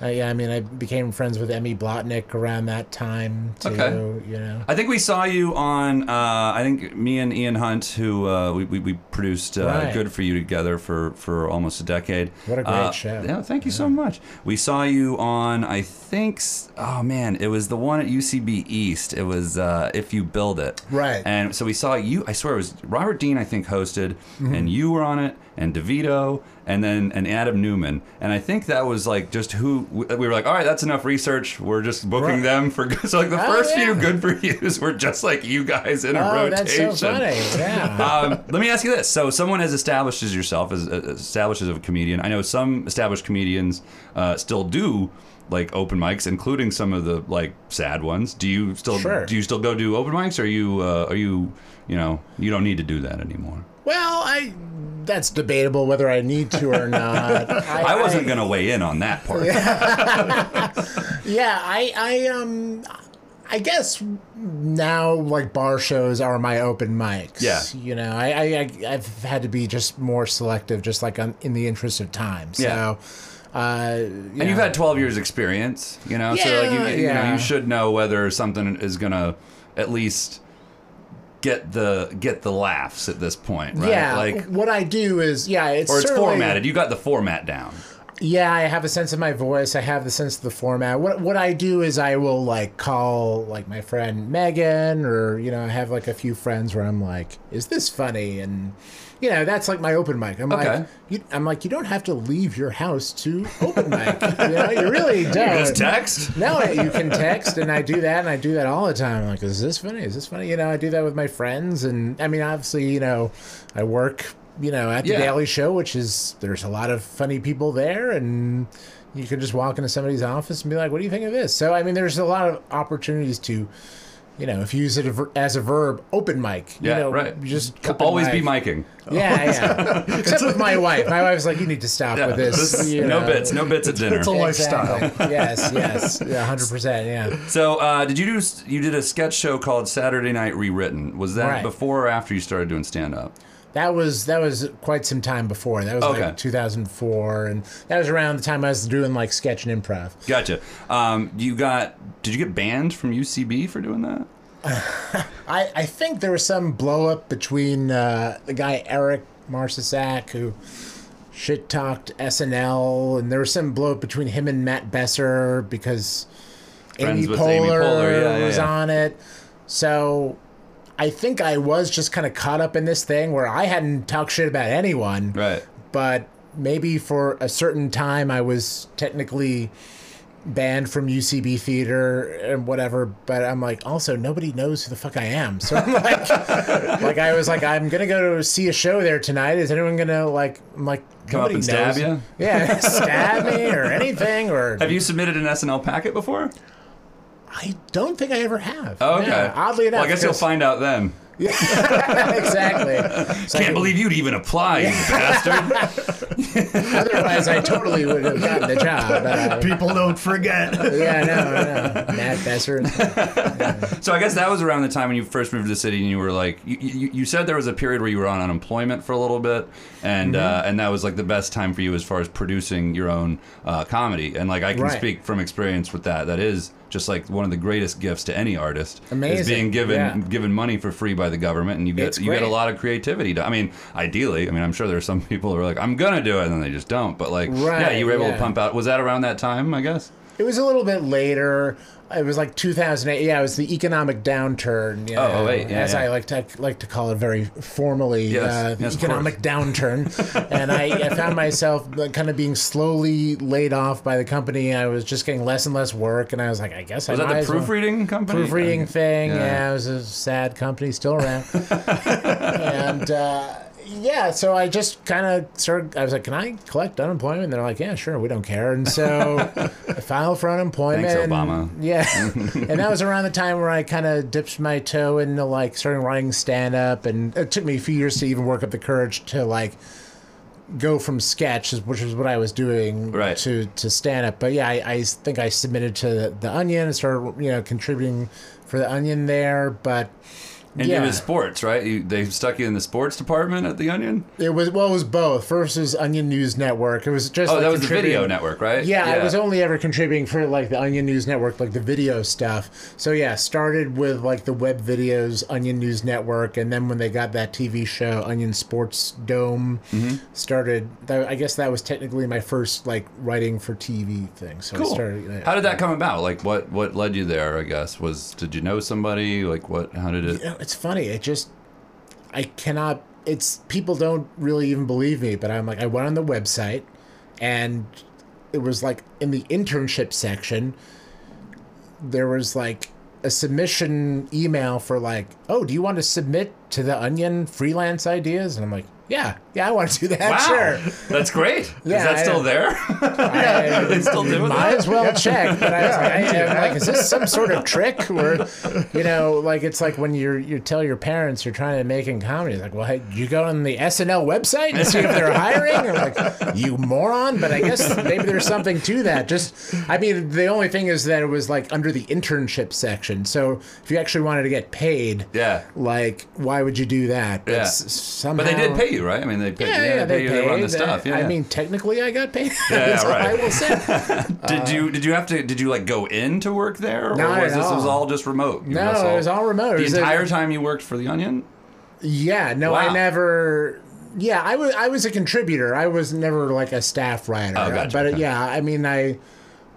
[SPEAKER 3] Uh, yeah, I mean, I became friends with Emmy Blotnick around that time too.
[SPEAKER 1] Okay.
[SPEAKER 3] You know,
[SPEAKER 1] I think we saw you on. Uh, I think me and Ian Hunt, who uh, we, we, we produced uh,
[SPEAKER 3] Right.
[SPEAKER 1] Good for You together for, for almost a decade.
[SPEAKER 3] What a great
[SPEAKER 1] Uh,
[SPEAKER 3] show.
[SPEAKER 1] Yeah, thank you so much. We saw you on. I think. s- Oh man, it was the one at UCB East. It was uh, if you build it.
[SPEAKER 3] Right.
[SPEAKER 1] And so we saw you. I swear it was Robert Dean. I think hosted,
[SPEAKER 3] Mm-hmm.
[SPEAKER 1] and you were on it, and DeVito, and then and Adam Newman. And I think that was like just who we we were like. All right, that's enough research. We're just booking
[SPEAKER 3] Right.
[SPEAKER 1] them for good. So like the
[SPEAKER 3] Oh,
[SPEAKER 1] first
[SPEAKER 3] yeah.
[SPEAKER 1] few good for yous were just like you guys in a
[SPEAKER 3] oh,
[SPEAKER 1] rotation.
[SPEAKER 3] that's so funny. Yeah.
[SPEAKER 1] um, let me ask you this: So, someone as established as yourself, as uh, established as a comedian, I know some established comedians uh, still do like open mics, including some of the like sad ones. Do you still
[SPEAKER 3] Sure.
[SPEAKER 1] do you still go do open mics? Or are you uh, are you you know you don't need to do that anymore?
[SPEAKER 3] well, I that's debatable whether I need to or not.
[SPEAKER 1] I, wasn't gonna weigh in on that part.
[SPEAKER 3] Yeah, I, I, um, I guess now like bar shows are my open mics.
[SPEAKER 1] Yeah.
[SPEAKER 3] you know, I, I, I I've had to be just more selective, just like on, in the interest of time. So,
[SPEAKER 1] Yeah.
[SPEAKER 3] uh, you
[SPEAKER 1] And
[SPEAKER 3] know,
[SPEAKER 1] you've had 12 years experience, you know, so like you,
[SPEAKER 3] Yeah,
[SPEAKER 1] you know
[SPEAKER 3] yeah.
[SPEAKER 1] you should know whether something is gonna at least get the get the laughs at this point, right?
[SPEAKER 3] yeah.
[SPEAKER 1] like
[SPEAKER 3] what I do is yeah, it's
[SPEAKER 1] or it's
[SPEAKER 3] certainly-
[SPEAKER 1] formatted. You got the format down.
[SPEAKER 3] Yeah, I have a sense of my voice. I have the sense of the format. What what I do is I will like call like my friend Megan or you know, I have like a few friends where I'm like, is this funny? And you know, that's like my open mic. I'm
[SPEAKER 1] Okay.
[SPEAKER 3] like you, I'm like you don't have to leave your house to open mic. you know, you really don't.
[SPEAKER 1] Just text.
[SPEAKER 3] No, you can text, and I do that, and I do that all the time. I'm like, is this funny? Is this funny? You know, I do that with my friends, and I mean, obviously, you know, I work, you know, at the
[SPEAKER 1] Yeah.
[SPEAKER 3] Daily Show, which is there's a lot of funny people there, and you can just walk into somebody's office and be like, what do you think of this? So, I mean, there's a lot of opportunities to. You know, if you use it a ver- as a verb, open mic. You
[SPEAKER 1] Yeah,
[SPEAKER 3] know,
[SPEAKER 1] right.
[SPEAKER 3] you Just open
[SPEAKER 1] Always
[SPEAKER 3] mic.
[SPEAKER 1] be miking.
[SPEAKER 3] Yeah, yeah. Except with my wife. My wife's like, you need to stop
[SPEAKER 1] Yeah,
[SPEAKER 3] with this.
[SPEAKER 1] this-
[SPEAKER 3] you
[SPEAKER 1] no
[SPEAKER 3] know.
[SPEAKER 1] bits. No bits at dinner.
[SPEAKER 2] it's a-
[SPEAKER 3] Exactly. yes, yes, yeah, hundred percent. Yeah.
[SPEAKER 1] So, uh, did you do? s- You did a sketch show called Saturday Night Rewritten. Was that
[SPEAKER 3] Right.
[SPEAKER 1] before or after you started doing stand up?
[SPEAKER 3] That was that was quite some time before. That was
[SPEAKER 1] Okay.
[SPEAKER 3] like 2004, and that was around the time I was doing like sketch and improv.
[SPEAKER 1] Gotcha. Um, you got? Did you get banned from UCB for doing that?
[SPEAKER 3] I, I think there was some blow up between uh, the guy Eric Marcisak who shit talked SNL, and there was some blow up between him and Matt Besser because
[SPEAKER 1] Friends
[SPEAKER 3] Amy
[SPEAKER 1] with Amy
[SPEAKER 3] Poehler,
[SPEAKER 1] Poehler, yeah, yeah,
[SPEAKER 3] was
[SPEAKER 1] yeah.
[SPEAKER 3] on it. So I think I was just kind of caught up in this thing where I hadn't talked shit about anyone.
[SPEAKER 1] Right.
[SPEAKER 3] but maybe for a certain time I was technically banned from UCB theater and whatever. But I'm like, also nobody knows who the fuck I am. So I'm like, like I was like, I'm gonna go to see a show there tonight. Is anyone gonna like? I'm like,
[SPEAKER 1] Come up
[SPEAKER 3] nobody
[SPEAKER 1] and stab
[SPEAKER 3] knows.
[SPEAKER 1] you?
[SPEAKER 3] Yeah, stab me or anything or.
[SPEAKER 1] Have you submitted an SNL packet before?
[SPEAKER 3] I don't think I ever have.
[SPEAKER 1] Oh, okay.
[SPEAKER 3] Yeah, oddly enough,
[SPEAKER 1] well, I guess you'll
[SPEAKER 3] because-
[SPEAKER 1] find out then.
[SPEAKER 3] exactly. So I
[SPEAKER 1] Can't
[SPEAKER 3] can-
[SPEAKER 1] believe you'd even apply, you bastard.
[SPEAKER 3] Otherwise, I totally would have gotten the job. Uh,
[SPEAKER 2] People don't forget.
[SPEAKER 3] yeah, no, no. Matt Besser.
[SPEAKER 1] So I guess that was around the time when you first moved to the city, and you were like, you, you, you said there was a period where you were on unemployment for a little bit, and
[SPEAKER 3] Mm-hmm.
[SPEAKER 1] uh, and that was like the best time for you as far as producing your own uh, comedy. And like I can
[SPEAKER 3] Right.
[SPEAKER 1] speak from experience with that. That is just like one of the greatest gifts to any artist is
[SPEAKER 3] Amazing,
[SPEAKER 1] being given
[SPEAKER 3] yeah.
[SPEAKER 1] given money for free by the government, and you get
[SPEAKER 3] It's
[SPEAKER 1] you get a
[SPEAKER 3] great.
[SPEAKER 1] lot of creativity. To, I mean, ideally, I mean, I'm sure there are some people who are like, I'm gonna do it, and then they just don't. But like, yeah,
[SPEAKER 3] Right,
[SPEAKER 1] you were able to
[SPEAKER 3] yeah.
[SPEAKER 1] pump out. Was that around that time? I guess.
[SPEAKER 3] It was a little bit later. It was like 2008. Yeah, it was the economic downturn. You know,
[SPEAKER 1] Oh, 08, yeah,
[SPEAKER 3] as
[SPEAKER 1] yeah.
[SPEAKER 3] I like to like to call it very formally,
[SPEAKER 1] Yes,
[SPEAKER 3] uh, the
[SPEAKER 1] yes, of
[SPEAKER 3] economic downturn. and I, I found myself kind of being slowly laid off by the company. I was just getting less and less work, and I was like, I guess
[SPEAKER 1] Was
[SPEAKER 3] I
[SPEAKER 1] that
[SPEAKER 3] might
[SPEAKER 1] the
[SPEAKER 3] as well-
[SPEAKER 1] proofreading company?
[SPEAKER 3] proofreading thing.
[SPEAKER 1] yeah.
[SPEAKER 3] Yeah. it was a sad company, still around. and uh, yeah, so I just kind of started. I was like, "Can I collect unemployment?" And they're like, "Yeah, sure, we don't care." And so I filed for unemployment.
[SPEAKER 1] Thanks,
[SPEAKER 3] and-
[SPEAKER 1] Obama.
[SPEAKER 3] Yeah, and that was around the time where I kind of dipped my toe into like starting writing stand up, and it took me a few years to even work up the courage to like go from sketch, which is what I was doing,
[SPEAKER 1] Right.
[SPEAKER 3] to to stand up. But yeah, I, I think I submitted to the Onion and started you know contributing for the Onion there, but
[SPEAKER 1] And
[SPEAKER 3] Yeah.
[SPEAKER 1] it was sports, right? You, they stuck you in the sports department at the Onion.
[SPEAKER 3] It was well, it was both. First was Onion News Network. It was just
[SPEAKER 1] Oh,
[SPEAKER 3] like,
[SPEAKER 1] that was the
[SPEAKER 3] contributing-
[SPEAKER 1] video network, right?
[SPEAKER 3] Yeah, I was only ever contributing for like the Onion News Network, like the video stuff. So yeah, started with like the web videos, Onion News Network, and then when they got that TV show, Onion Sports Dome,
[SPEAKER 1] Mm-hmm.
[SPEAKER 3] started. That, I guess that was technically my first like writing for TV thing. So I
[SPEAKER 1] Cool.
[SPEAKER 3] started. yeah.
[SPEAKER 1] How did that come about? Like, what what led you there? I guess was did you know somebody? Like, what? How did it?
[SPEAKER 3] You know, it's funny. It just, I cannot. It's people don't really even believe me, but I'm like, I went on the website, and it was like in the internship section, there was like a submission email for like, oh, do you want to submit to the Onion freelance ideas? And I'm like, yeah, yeah, I want to do that. Sure.
[SPEAKER 1] that's great.
[SPEAKER 3] Yeah,
[SPEAKER 1] Is that
[SPEAKER 3] I-
[SPEAKER 1] still there?
[SPEAKER 3] I-
[SPEAKER 1] They still doing
[SPEAKER 3] might
[SPEAKER 1] that?
[SPEAKER 3] as well check. But I was like, I, am like, is this some sort of trick? Or, you know, like it's like when you you tell your parents you're trying to make in comedy. It's like, well, hey, you go on the SNL website and see if they're hiring. I'm like, you moron. But I guess maybe there's something to that. Just, I mean, the only thing is that it was like under the internship section. So if you actually wanted to get paid,
[SPEAKER 1] Yeah.
[SPEAKER 3] like why would you do that? But
[SPEAKER 1] Yeah.
[SPEAKER 3] s- somehow.
[SPEAKER 1] But they did pay you, right? I mean, they paid.
[SPEAKER 3] Yeah,
[SPEAKER 1] Yeah,
[SPEAKER 3] yeah,
[SPEAKER 1] they,
[SPEAKER 3] they
[SPEAKER 1] paid you to run
[SPEAKER 3] paid. uh,
[SPEAKER 1] the stuff. Yeah.
[SPEAKER 3] I mean, technically, I got paid.
[SPEAKER 1] Yeah,
[SPEAKER 3] That's all
[SPEAKER 1] right.
[SPEAKER 3] I will say.
[SPEAKER 1] did you did you have to did you like go in to work there, or
[SPEAKER 3] uh, Not
[SPEAKER 1] was
[SPEAKER 3] at
[SPEAKER 1] this it was
[SPEAKER 3] all.
[SPEAKER 1] all just remote? You must
[SPEAKER 3] No, it was all remote. It
[SPEAKER 1] the
[SPEAKER 3] was a-
[SPEAKER 1] entire time you worked for the Onion.
[SPEAKER 3] yeah, no, I
[SPEAKER 1] Wow.
[SPEAKER 3] never. Yeah, I was I was a contributor. I was never like a staff writer.
[SPEAKER 1] Oh, gotcha,
[SPEAKER 3] But uh,
[SPEAKER 1] okay.
[SPEAKER 3] yeah, I mean, I.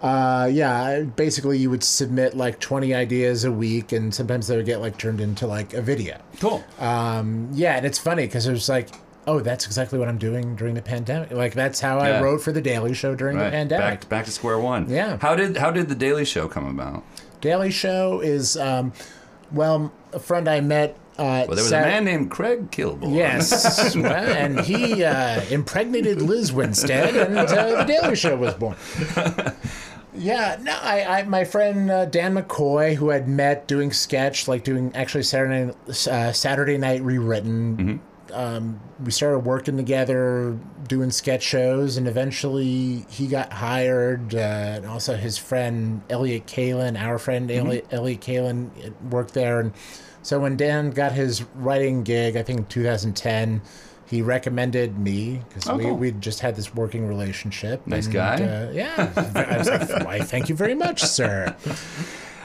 [SPEAKER 3] Uh, yeah, I- basically, you would submit like 20 ideas a week, and sometimes they would get like turned into like a video.
[SPEAKER 1] Cool.
[SPEAKER 3] Yeah, and it's funny because it was like, oh, that's exactly what I'm doing during the pandemic. Like, that's how
[SPEAKER 1] Yeah.
[SPEAKER 3] I wrote for The Daily Show during the
[SPEAKER 1] Right.
[SPEAKER 3] pandemic.
[SPEAKER 1] Back back to square one.
[SPEAKER 3] Yeah.
[SPEAKER 1] How did how did the Daily Show come about?
[SPEAKER 3] Daily Show is, um, well, a friend I met. Uh,
[SPEAKER 1] Well, there was a man named Craig Kilborn.
[SPEAKER 3] Yes, well, and he uh, impregnated Liz Winstead, and uh, the Daily Show was born. Yeah, no, I, I my friend uh, Dan McCoy, who I'd met doing sketch, like doing actually Saturday uh, Saturday Night Rewritten. Um, we started working together, doing sketch shows, and eventually he got hired. Uh, and also his friend Elliot Kalin, our friend
[SPEAKER 1] Mm-hmm.
[SPEAKER 3] Elliot, Elliot Kalin, worked there. And so when Dan got his writing gig, I think in 2010, he recommended me because
[SPEAKER 1] Oh,
[SPEAKER 3] we
[SPEAKER 1] cool.
[SPEAKER 3] we just had this working relationship.
[SPEAKER 1] Nice
[SPEAKER 3] and,
[SPEAKER 1] guy.
[SPEAKER 3] Uh, yeah. I was like, why, thank you very much, sir.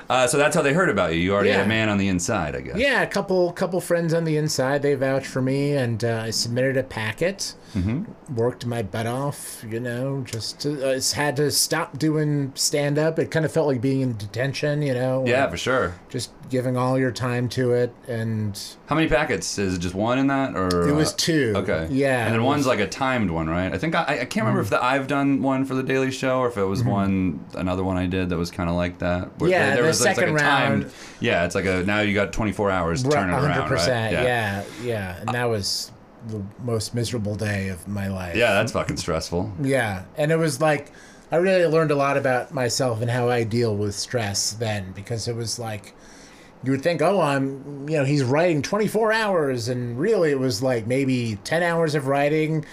[SPEAKER 1] Uh, so that's how they heard about you. You already had
[SPEAKER 3] Yeah.
[SPEAKER 1] a man on the inside, I guess.
[SPEAKER 3] Yeah, a couple couple friends on the inside, they vouched for me, and uh, I submitted a packet,
[SPEAKER 1] Mm-hmm.
[SPEAKER 3] worked my butt off, you know, just to, I just had to stop doing stand up. It kind of felt like being in detention, you know.
[SPEAKER 1] Yeah,
[SPEAKER 3] like
[SPEAKER 1] for sure.
[SPEAKER 3] Just giving all your time to it, and
[SPEAKER 1] How many packets? Is it just one in that, or
[SPEAKER 3] it was
[SPEAKER 1] uh,
[SPEAKER 3] two.
[SPEAKER 1] Okay.
[SPEAKER 3] Yeah.
[SPEAKER 1] And
[SPEAKER 3] it
[SPEAKER 1] then
[SPEAKER 3] was- Mm.
[SPEAKER 1] one's like a timed one, right? I think I, I can't remember if the I've done one for the Daily Show or if it was one another one I did that was kind of like that. where
[SPEAKER 3] Mm-hmm. Yeah,
[SPEAKER 1] there- there
[SPEAKER 3] the
[SPEAKER 1] was, like, it's like
[SPEAKER 3] second
[SPEAKER 1] a timed-
[SPEAKER 3] round-
[SPEAKER 1] Yeah, it's like a now you got 24 hours to
[SPEAKER 3] Ru-
[SPEAKER 1] turn it around, right?
[SPEAKER 3] yeah. yeah, And that was the most miserable day of my life.
[SPEAKER 1] Yeah, that's fucking stressful.
[SPEAKER 3] Yeah, and it was like I really learned a lot about myself and how I deal with stress then because it was like you would think, oh, I'm, you know, he's writing 24 hours, and really it was like maybe 10 hours of writing,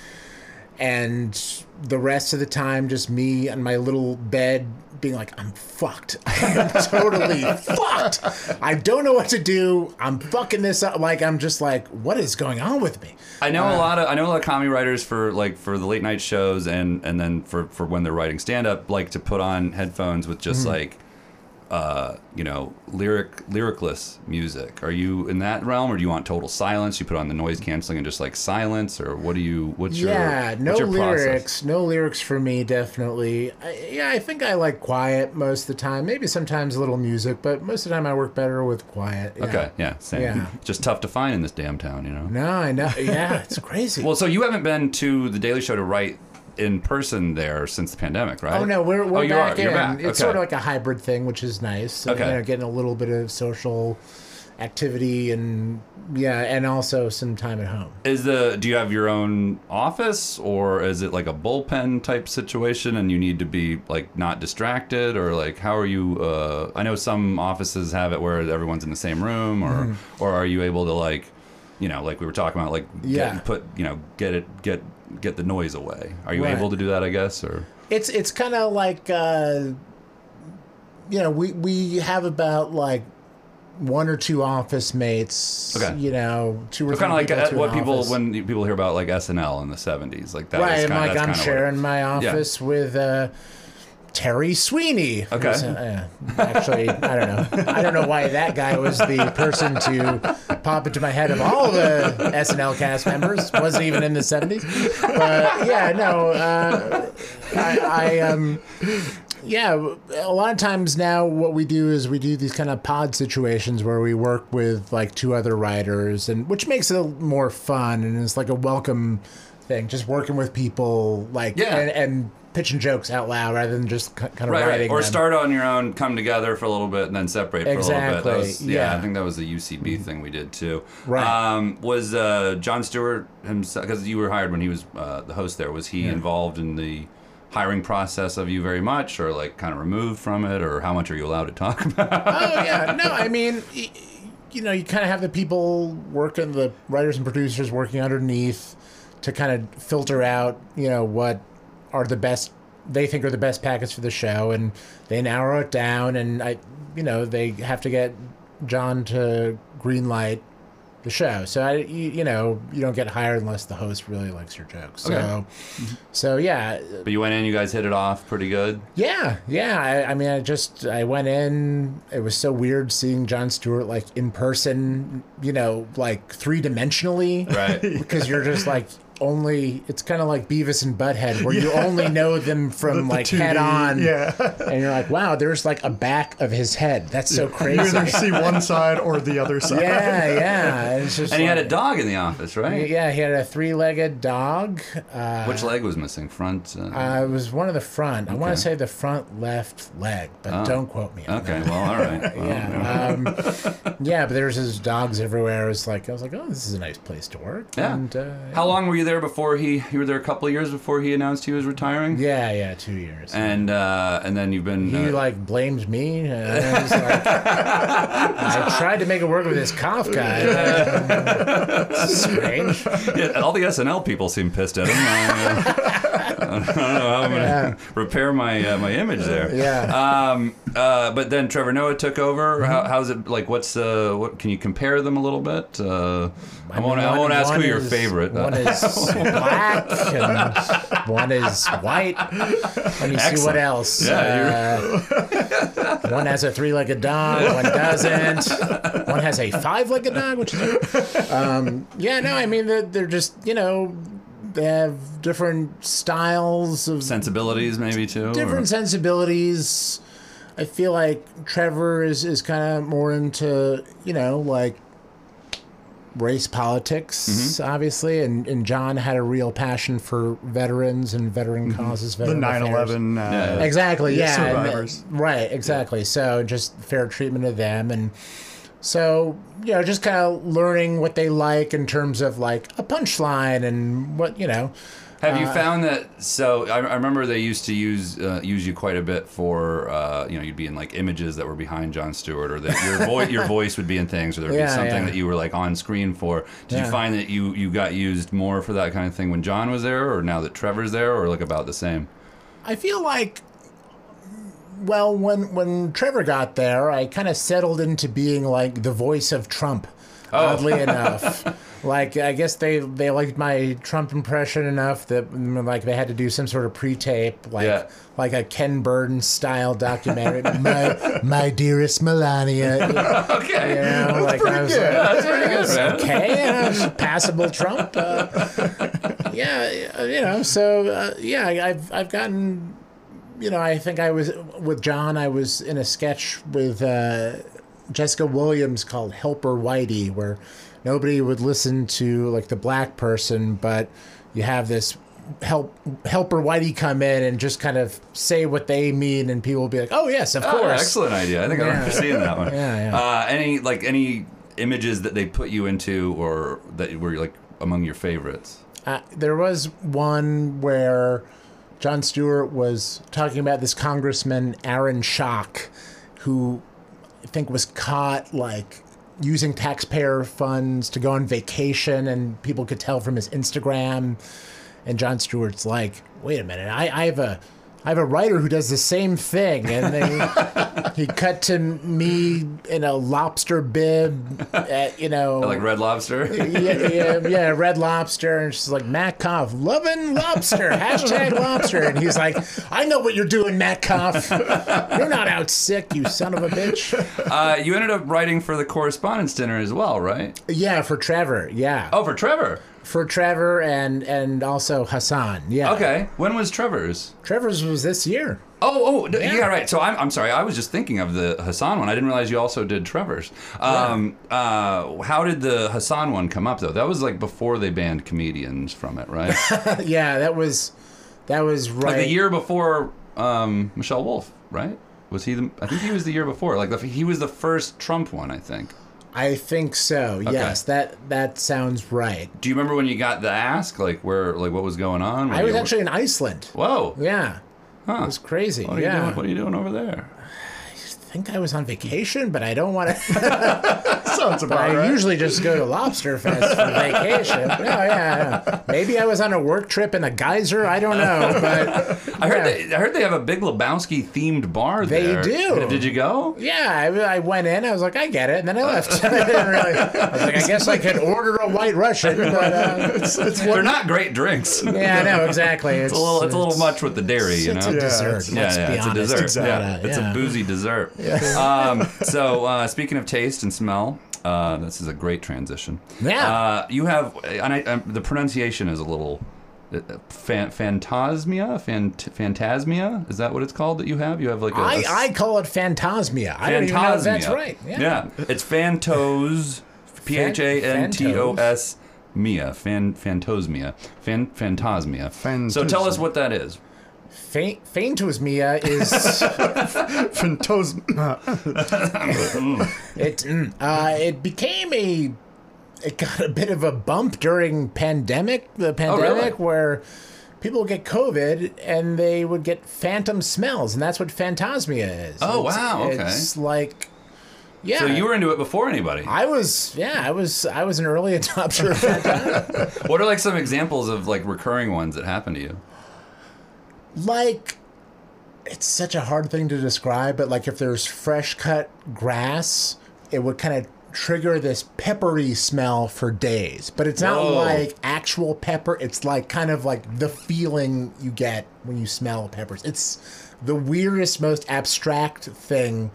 [SPEAKER 3] and the rest of the time just me and my little bed being like, I'm fucked. I'm totally fucked. I don't know what to do. I'm fucking this up. Like I'm just like, what is going on with me?
[SPEAKER 1] I know
[SPEAKER 3] Uh.
[SPEAKER 1] a lot of I know a lot of comedy writers for like for the late night shows and and then for for when they're writing stand up like to put on headphones with
[SPEAKER 3] Mm-hmm.
[SPEAKER 1] just like uh you know lyric lyricless music. Are you in that realm or do you want total silence? You put on the noise canceling and just like silence or what do you what's your
[SPEAKER 3] yeah no
[SPEAKER 1] what's your
[SPEAKER 3] lyrics
[SPEAKER 1] Process?
[SPEAKER 3] no lyrics for me definitely I, yeah i think i like quiet most of the time maybe sometimes a little music but most of the time i work better with quiet yeah.
[SPEAKER 1] Okay, yeah, same.
[SPEAKER 3] Yeah.
[SPEAKER 1] Just tough to find in this damn town, you know.
[SPEAKER 3] no i know yeah it's crazy
[SPEAKER 1] Well, so you haven't been to the Daily Show to write in person there since the pandemic, right?
[SPEAKER 3] Oh no, we're, we're
[SPEAKER 1] oh, you
[SPEAKER 3] back
[SPEAKER 1] are.
[SPEAKER 3] in.
[SPEAKER 1] You're back.
[SPEAKER 3] It's
[SPEAKER 1] okay.
[SPEAKER 3] sort of like a hybrid thing, which is nice. So,
[SPEAKER 1] Okay.
[SPEAKER 3] you know, getting a little bit of social activity and yeah, and also some time at home.
[SPEAKER 1] Is the do you have your own office or is it like a bullpen type situation and you need to be like not distracted or like how are you uh I know some offices have it where everyone's in the same room or
[SPEAKER 3] Mm-hmm.
[SPEAKER 1] or are you able to like you know like we were talking about like
[SPEAKER 3] Yeah.
[SPEAKER 1] get, put you know get it get get the noise away are you
[SPEAKER 3] Right.
[SPEAKER 1] able to do that I guess or
[SPEAKER 3] It's it's kind of like uh, you know we we have about like one or two office mates.
[SPEAKER 1] Okay.
[SPEAKER 3] You know, two or
[SPEAKER 1] Kind of
[SPEAKER 3] three
[SPEAKER 1] like
[SPEAKER 3] people
[SPEAKER 1] uh,
[SPEAKER 3] to an
[SPEAKER 1] what people
[SPEAKER 3] office.
[SPEAKER 1] when you- people hear about like SNL in the '70s, like that. was
[SPEAKER 3] right, I'm
[SPEAKER 1] kinda,
[SPEAKER 3] like
[SPEAKER 1] that's
[SPEAKER 3] I'm
[SPEAKER 1] kinda what-
[SPEAKER 3] sharing my office with uh, Terry Sweeney.
[SPEAKER 1] Okay.
[SPEAKER 3] Who's, uh, yeah. actually, I don't know. I don't know why that guy was the person to pop into my head of all the SNL cast members. Wasn't even in the '70s, but yeah, no. Uh, I, I um, yeah, a lot of times now, what we do is we do these kind of pod situations where we work with like two other writers, and which makes it more fun, and it's like a welcome thing, just working with people, like
[SPEAKER 1] Yeah.
[SPEAKER 3] and, and pitching jokes out loud rather than just k- kind of
[SPEAKER 1] Right, right.
[SPEAKER 3] writing
[SPEAKER 1] Or
[SPEAKER 3] them.
[SPEAKER 1] start on your own, come together for a little bit, and then separate for a little bit. That
[SPEAKER 3] Exactly,
[SPEAKER 1] was, yeah,
[SPEAKER 3] yeah. Mm-hmm.
[SPEAKER 1] I think that was the UCB thing we did too.
[SPEAKER 3] Right.
[SPEAKER 1] Um, was uh, John Stewart himself, because you were hired when he was uh, the host there, was he involved in the hiring process of you very much, or like kind of removed from it, or how much are you allowed to talk about?
[SPEAKER 3] oh yeah, no, I mean, y- you know, you kind of have the people working, the writers and producers working underneath to kind of filter out, you know, what are the best they think are the best packets for the show, and they narrow it down, and I, you know, they have to get John to green light the show. So I, you, you know, you don't get hired unless the host really likes your jokes. So,
[SPEAKER 1] Okay.
[SPEAKER 3] so yeah,
[SPEAKER 1] but you went in, you guys hit it off pretty good.
[SPEAKER 3] yeah, yeah. I, I mean, I just I went in. It was so weird seeing John Stewart like in person. You know, like three dimensionally,
[SPEAKER 1] Right.
[SPEAKER 3] Because you're just like only. It's kind of like Beavis and Butthead, where you only know them from
[SPEAKER 2] The
[SPEAKER 3] like
[SPEAKER 2] 2D
[SPEAKER 3] head on,
[SPEAKER 2] Yeah.
[SPEAKER 3] and you're like, wow, there's like a back of his head. That's so
[SPEAKER 2] You
[SPEAKER 3] crazy.
[SPEAKER 2] either see one side or the other side.
[SPEAKER 3] yeah, yeah. And, it's just
[SPEAKER 1] and he had a
[SPEAKER 3] like-
[SPEAKER 1] dog in the office, right?
[SPEAKER 3] Yeah, he had a three-legged dog. Uh,
[SPEAKER 1] Which leg was missing? Front. Uh,
[SPEAKER 3] uh, it was one of the front. I want
[SPEAKER 1] Okay. Oh.
[SPEAKER 3] to say the front left leg, but don't quote me on
[SPEAKER 1] okay. Well, all right. Well,
[SPEAKER 3] Yeah, um, yeah, but there's just dogs everywhere. It's like I was like, oh, this is a nice place to work.
[SPEAKER 1] Yeah.
[SPEAKER 3] and, uh,
[SPEAKER 1] How long were you there before he? You were there a couple of years before he announced he was retiring.
[SPEAKER 3] yeah, yeah, two years.
[SPEAKER 1] And uh, and then you've been.
[SPEAKER 3] he
[SPEAKER 1] uh,
[SPEAKER 3] like blames me. and I, was like, I tried to make it work with this Kafka. It's strange.
[SPEAKER 1] yeah, all the SNL people seem pissed at him. I, uh, I don't know how I'm gonna repair my uh, my image there.
[SPEAKER 3] Yeah.
[SPEAKER 1] Um. Uh. But then Trevor Noah took over.
[SPEAKER 3] Mm-hmm.
[SPEAKER 1] How, how's it like? What's uh? What can you compare them a little bit? Uh, I, won't. I
[SPEAKER 3] One-
[SPEAKER 1] won't ask who
[SPEAKER 3] one
[SPEAKER 1] your
[SPEAKER 3] is-
[SPEAKER 1] favorite. uh,
[SPEAKER 3] One is black and one is white. Let me see
[SPEAKER 1] Excellent.
[SPEAKER 3] what else.
[SPEAKER 1] Yeah,
[SPEAKER 3] Uh, one has a three-legged dog. One doesn't. One has a five-legged dog, which is. Um, yeah, no, I mean they're, they're just you know they have different styles of
[SPEAKER 1] sensibilities maybe too. or-
[SPEAKER 3] different sensibilities. I feel like Trevor is, is kind of more into, you know, like race politics,
[SPEAKER 2] Mm-hmm.
[SPEAKER 3] obviously. And, and John had a real passion for veterans and veteran causes.
[SPEAKER 2] Mm-hmm. The
[SPEAKER 3] Veteran
[SPEAKER 2] 9
[SPEAKER 3] affairs.
[SPEAKER 2] 11.
[SPEAKER 1] Yeah.
[SPEAKER 2] Uh,
[SPEAKER 3] Exactly,
[SPEAKER 2] Yeah,
[SPEAKER 3] yeah. and, uh,
[SPEAKER 2] survivors.
[SPEAKER 3] right, exactly. So just fair treatment of them. And so, you know, just kind of learning what they like in terms of like a punchline and what, you know.
[SPEAKER 1] Have
[SPEAKER 3] Uh,
[SPEAKER 1] you found that? So I, I remember they used to use uh, use you quite a bit for uh, you know you'd be in like images that were behind John Stewart or that your voice your voice would be in things or there'd be
[SPEAKER 3] Yeah,
[SPEAKER 1] something
[SPEAKER 3] yeah.
[SPEAKER 1] that you were like on screen for. Did you
[SPEAKER 3] Yeah.
[SPEAKER 1] find that you you got used more for that kind of thing when John was there or now that Trevor's there or like about the same?
[SPEAKER 3] I feel like, well, when when Trevor got there, I kind of settled into being like the voice of Trump.
[SPEAKER 1] Oh.
[SPEAKER 3] Oddly enough, like I guess they they liked my Trump impression enough that mm, like they had to do some sort of pre-tape, like
[SPEAKER 1] Yeah.
[SPEAKER 3] like a Ken Burns style documentary. my my dearest Melania,
[SPEAKER 1] Okay,
[SPEAKER 3] you know, like I was like,
[SPEAKER 1] that's pretty good. man.
[SPEAKER 3] okay, uh, it's passable Trump. Uh, yeah, uh, you know. So uh, yeah, I, I've I've gotten, you know, I think I was with John. I was in a sketch with uh, Jessica Williams called "Helper Whitey," where nobody would listen to like the black person, but you have this. Help helper Whitey come in and just kind of say what they mean, and people will be like, "Oh yes, of
[SPEAKER 1] Oh,
[SPEAKER 3] course."
[SPEAKER 1] excellent idea. I think I remember seeing that one.
[SPEAKER 3] Yeah, yeah.
[SPEAKER 1] Uh, any like any images that they put you into or that were like among your favorites?
[SPEAKER 3] Uh, there was one where John Stewart was talking about this congressman, Aaron Schock, who I think was caught like using taxpayer funds to go on vacation, and people could tell from his Instagram. And John Stewart's like, wait a minute, I, I have a. I have a writer who does the same thing, and they, he cut to me in a lobster bib, at, you know,
[SPEAKER 1] like Red Lobster.
[SPEAKER 3] yeah, yeah, yeah, Red Lobster, and she's like Matt Koff, loving lobster, hashtag lobster, and he's like, I know what you're doing, Matt Koff. You're not out sick, you son of a bitch.
[SPEAKER 1] uh, you ended up writing for the correspondence dinner as well, right?
[SPEAKER 3] Yeah, for Trevor, yeah,
[SPEAKER 1] Oh, for Trevor.
[SPEAKER 3] for Trevor, and and also Hassan, yeah.
[SPEAKER 1] Okay. When was Trevor's?
[SPEAKER 3] Trevor's was this year.
[SPEAKER 1] Oh, oh, no, yeah,
[SPEAKER 3] Yeah.
[SPEAKER 1] right. So I'm, I'm sorry. I was just thinking of the Hassan one. I didn't realize you also did Trevor's. Um, uh, how did the Hassan one come up though? That was like before they banned comedians from it, right?
[SPEAKER 3] yeah, that was that was right.
[SPEAKER 1] like the year before um, Michelle Wolf, right? Was he the? I think he was the year before. Like the, he was the first Trump one, I think.
[SPEAKER 3] I think so. Yes, that that sounds right.
[SPEAKER 1] Do you remember when you got the ask? Like where? Like what was going on? Were
[SPEAKER 3] I was
[SPEAKER 1] you-
[SPEAKER 3] actually in Iceland.
[SPEAKER 1] Whoa.
[SPEAKER 3] Yeah,
[SPEAKER 1] Huh.
[SPEAKER 3] it was crazy.
[SPEAKER 1] What are you
[SPEAKER 3] yeah,
[SPEAKER 1] doing? What are you doing over there?
[SPEAKER 3] I think I was on vacation, but I don't want to.
[SPEAKER 2] Sounds
[SPEAKER 3] But
[SPEAKER 2] about
[SPEAKER 3] I
[SPEAKER 2] right.
[SPEAKER 3] usually just go to Lobster Fest for vacation. No, yeah, yeah. Maybe I was on a work trip in a geyser. I don't know, but
[SPEAKER 1] I heard
[SPEAKER 3] Yeah.
[SPEAKER 1] they, I heard they have a Big Lebowski themed bar
[SPEAKER 3] They
[SPEAKER 1] there.
[SPEAKER 3] do.
[SPEAKER 1] Did you go?
[SPEAKER 3] yeah, I, I went in. I was like, I get it, and then I left. I, didn't really, I was like, I guess I could order a White Russian, but uh,
[SPEAKER 1] They're not great drinks. It's
[SPEAKER 3] yeah, I know exactly. It's,
[SPEAKER 1] a little, it's a little much with the dairy, you know.
[SPEAKER 3] It's a dessert.
[SPEAKER 2] it's-
[SPEAKER 3] let's be
[SPEAKER 1] it's
[SPEAKER 3] honest.
[SPEAKER 1] a dessert.
[SPEAKER 3] It's
[SPEAKER 1] Yeah,
[SPEAKER 3] not a-
[SPEAKER 1] it's
[SPEAKER 3] yeah.
[SPEAKER 1] a boozy dessert. Um, so, uh, speaking of taste and smell, uh, this is a great transition.
[SPEAKER 3] Yeah.
[SPEAKER 1] Uh, you have, and I, um, the pronunciation is a little uh, fan, phantasmia, phant, phantasmia. Is that what it's called that you have? You have like a,
[SPEAKER 3] I,
[SPEAKER 1] a
[SPEAKER 3] I call it phantasmia. I don't even know if that's
[SPEAKER 1] Phantasmia.
[SPEAKER 3] right. Yeah.
[SPEAKER 1] it's Phantos, P H A N T O S Mia, fan, Phantosmia, fan, Phantasmia. So tell us what that is.
[SPEAKER 3] Fa- phantasmia is
[SPEAKER 2] Phantos-
[SPEAKER 3] it. mm, uh, it became a. It got a bit of a bump during pandemic. The
[SPEAKER 1] Oh,
[SPEAKER 3] pandemic where people would get COVID and they would get phantom smells, and that's what phantasmia is.
[SPEAKER 1] Oh,
[SPEAKER 3] It's-
[SPEAKER 1] wow, okay.
[SPEAKER 3] It's like. Yeah.
[SPEAKER 1] So you were into it before anybody.
[SPEAKER 3] I was. Yeah. I was. I was an early adopter of phantasmia.
[SPEAKER 1] What are like some examples of like recurring ones that happen to you?
[SPEAKER 3] like it's such a hard thing to describe but like if there's fresh cut grass it would kind of trigger this peppery smell for days but it's not
[SPEAKER 1] Whoa.
[SPEAKER 3] like actual pepper it's like kind of like the feeling you get when you smell peppers it's the weirdest most abstract thing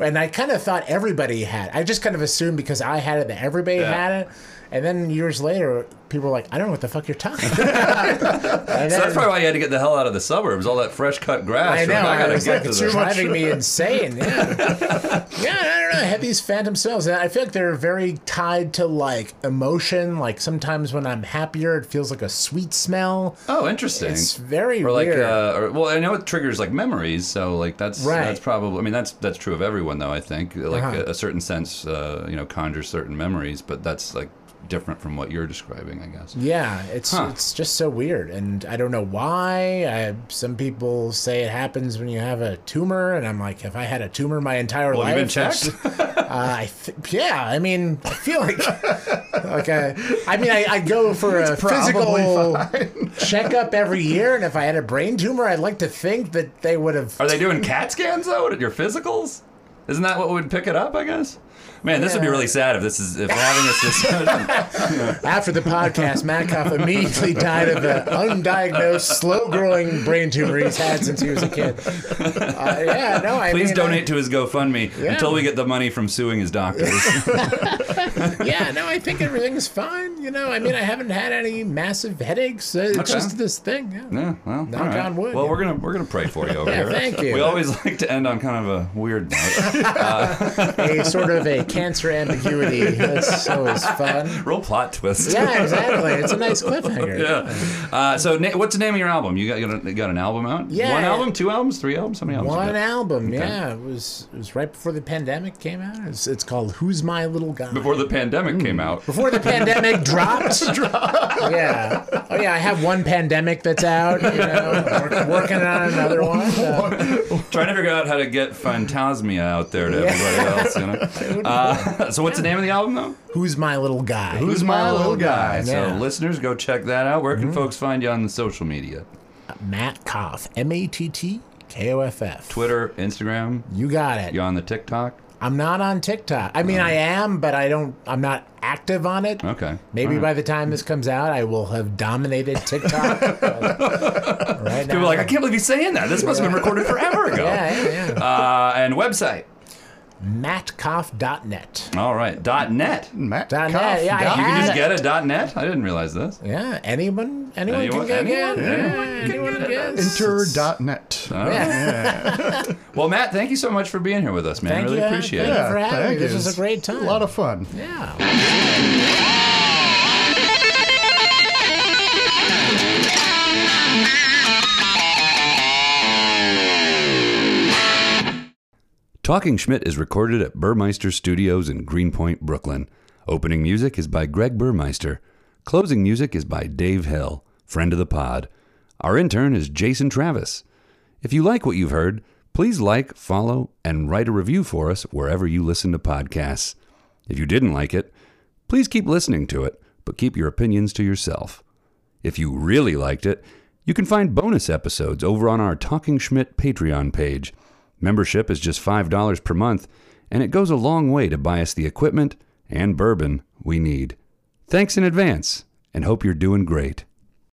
[SPEAKER 3] and i kind of thought everybody had i just kind of assumed because i had it that everybody
[SPEAKER 1] Yeah.
[SPEAKER 3] had it and then years later people were like i don't know what the fuck you're talking about And
[SPEAKER 1] So that's
[SPEAKER 3] then-
[SPEAKER 1] probably why you had to get the hell out of the suburbs. All that fresh cut grass.
[SPEAKER 3] I
[SPEAKER 1] You're
[SPEAKER 3] know.
[SPEAKER 1] like, I
[SPEAKER 3] I
[SPEAKER 1] gotta
[SPEAKER 3] was
[SPEAKER 1] get
[SPEAKER 3] like,
[SPEAKER 1] to
[SPEAKER 3] it's
[SPEAKER 1] this.
[SPEAKER 3] driving me insane. Yeah. yeah, I don't know. I have these phantom smells. And I feel like they're very tied to like emotion. Like sometimes when I'm happier, it feels like a sweet smell.
[SPEAKER 1] Oh, interesting.
[SPEAKER 3] It's very
[SPEAKER 1] or like,
[SPEAKER 3] weird.
[SPEAKER 1] uh, or, well, I know it triggers like memories, so like that's
[SPEAKER 3] Right.
[SPEAKER 1] that's probably. I mean, that's that's true of everyone, though. I think like
[SPEAKER 3] Uh-huh.
[SPEAKER 1] a, a certain sense, uh, you know, conjures certain memories, but that's like different from what you're describing, I guess.
[SPEAKER 3] yeah, it's
[SPEAKER 1] Huh.
[SPEAKER 3] it's just so weird, and I don't know why. I, some people say it happens when you have a tumor, and I'm like, if I had a tumor my entire
[SPEAKER 1] Well,
[SPEAKER 3] life,
[SPEAKER 1] have you been
[SPEAKER 3] that's-
[SPEAKER 1] checked?
[SPEAKER 3] Uh, I th- yeah, I mean, I feel like okay. I mean, I, I go for a physical checkup every year, and if I had a brain tumor, I'd like to think that they would have.
[SPEAKER 1] Are they doing CAT scans though at your physicals? Isn't that what would pick it up? I guess. Man, this would be
[SPEAKER 3] Yeah.
[SPEAKER 1] really sad if this is if we're having this discussion.
[SPEAKER 3] After the podcast, Matkoff immediately died of an undiagnosed, slow-growing brain tumor he's had since he was a kid. Uh, yeah, no, I
[SPEAKER 1] Please
[SPEAKER 3] mean,
[SPEAKER 1] donate to his GoFundMe until we get the money from suing his doctors.
[SPEAKER 3] I- yeah, no, I think everything's fine. You know, I mean, I haven't had any massive headaches. Uh, It's
[SPEAKER 1] Okay.
[SPEAKER 3] just this thing. Yeah.
[SPEAKER 1] Yeah, well, all right.
[SPEAKER 3] on wood,
[SPEAKER 1] Well,
[SPEAKER 3] yeah.
[SPEAKER 1] we're gonna we're gonna pray for you over
[SPEAKER 3] Yeah,
[SPEAKER 1] here.
[SPEAKER 3] thank you.
[SPEAKER 1] We always like to end on kind of a weird note.
[SPEAKER 3] a sort of a cancer ambiguity. That's always fun.
[SPEAKER 1] Real plot twist.
[SPEAKER 3] Yeah, exactly. It's a nice cliffhanger.
[SPEAKER 1] Yeah. Uh, so, na- what's the name of your album? You got you got, you got an album out?
[SPEAKER 3] Yeah.
[SPEAKER 1] One album, two albums, three albums, how many albums? you
[SPEAKER 3] One
[SPEAKER 1] got?
[SPEAKER 3] album, yeah. It was it was right before the pandemic came out. It's, it's called Who's My Little Guy?
[SPEAKER 1] Before the pandemic came
[SPEAKER 3] Hmm.
[SPEAKER 1] out.
[SPEAKER 3] Before the pandemic dropped. Yeah. Oh yeah, I have one pandemic that's out, you know. Work, working on another one. Uh,
[SPEAKER 1] Trying to figure out how to get Phantasmia out there to everybody else. You know. Uh, so, what's the name of the album though?
[SPEAKER 3] Who's my little guy?
[SPEAKER 1] Who's my little guy?
[SPEAKER 3] Yeah. Mm-hmm.
[SPEAKER 1] So, listeners, go check that out. Where can folks find you on the social media?
[SPEAKER 3] Matt Koff. M A T T K O F F.
[SPEAKER 1] Twitter, Instagram.
[SPEAKER 3] You got it.
[SPEAKER 1] You on the TikTok?
[SPEAKER 3] I'm not on TikTok. I mean, I am, but I don't. I'm not active on it.
[SPEAKER 1] Okay.
[SPEAKER 3] Maybe
[SPEAKER 1] All right.
[SPEAKER 3] by the time this comes out, I will have dominated TikTok. but right now,
[SPEAKER 1] People are like, I can't believe he's saying that. This must have been recorded forever ago.
[SPEAKER 3] Yeah, yeah, yeah.
[SPEAKER 1] Uh, and website.
[SPEAKER 3] MattCoff.net.
[SPEAKER 1] All right. Dot net. You
[SPEAKER 2] Matt
[SPEAKER 3] Dot
[SPEAKER 2] Koff,
[SPEAKER 3] net, yeah, I
[SPEAKER 2] Doc-
[SPEAKER 3] had-
[SPEAKER 1] just get a dot net? I didn't realize this.
[SPEAKER 3] Yeah, anyone, anyone,
[SPEAKER 1] Anyone-
[SPEAKER 3] can
[SPEAKER 1] anyone?
[SPEAKER 3] get in.
[SPEAKER 1] Anyone
[SPEAKER 3] Yeah,
[SPEAKER 1] can
[SPEAKER 3] anyone
[SPEAKER 1] get
[SPEAKER 3] can
[SPEAKER 1] in.
[SPEAKER 3] get
[SPEAKER 2] Enter dot net.
[SPEAKER 3] Yeah.
[SPEAKER 1] Well, Matt, thank you so much for being here with us, man.
[SPEAKER 3] Thank
[SPEAKER 1] really
[SPEAKER 3] you,
[SPEAKER 1] appreciate
[SPEAKER 3] thank
[SPEAKER 1] it.
[SPEAKER 3] you. for having me.
[SPEAKER 2] thank
[SPEAKER 3] This
[SPEAKER 2] you.
[SPEAKER 3] was a great time.
[SPEAKER 2] A lot of fun.
[SPEAKER 3] Yeah.
[SPEAKER 1] Talking Schmidt is recorded at Burmeister Studios in Greenpoint, Brooklyn. Opening music is by Greg Burmeister. Closing music is by Dave Hill, friend of the pod. Our intern is Jason Travis. If you like what you've heard, please like, follow, and write a review for us wherever you listen to podcasts. If you didn't like it, please keep listening to it, but keep your opinions to yourself. If you really liked it, you can find bonus episodes over on our Talking Schmidt Patreon page. Membership is just $5 per month, and it goes a long way to buy us the equipment and bourbon we need. Thanks in advance, and hope you're doing great.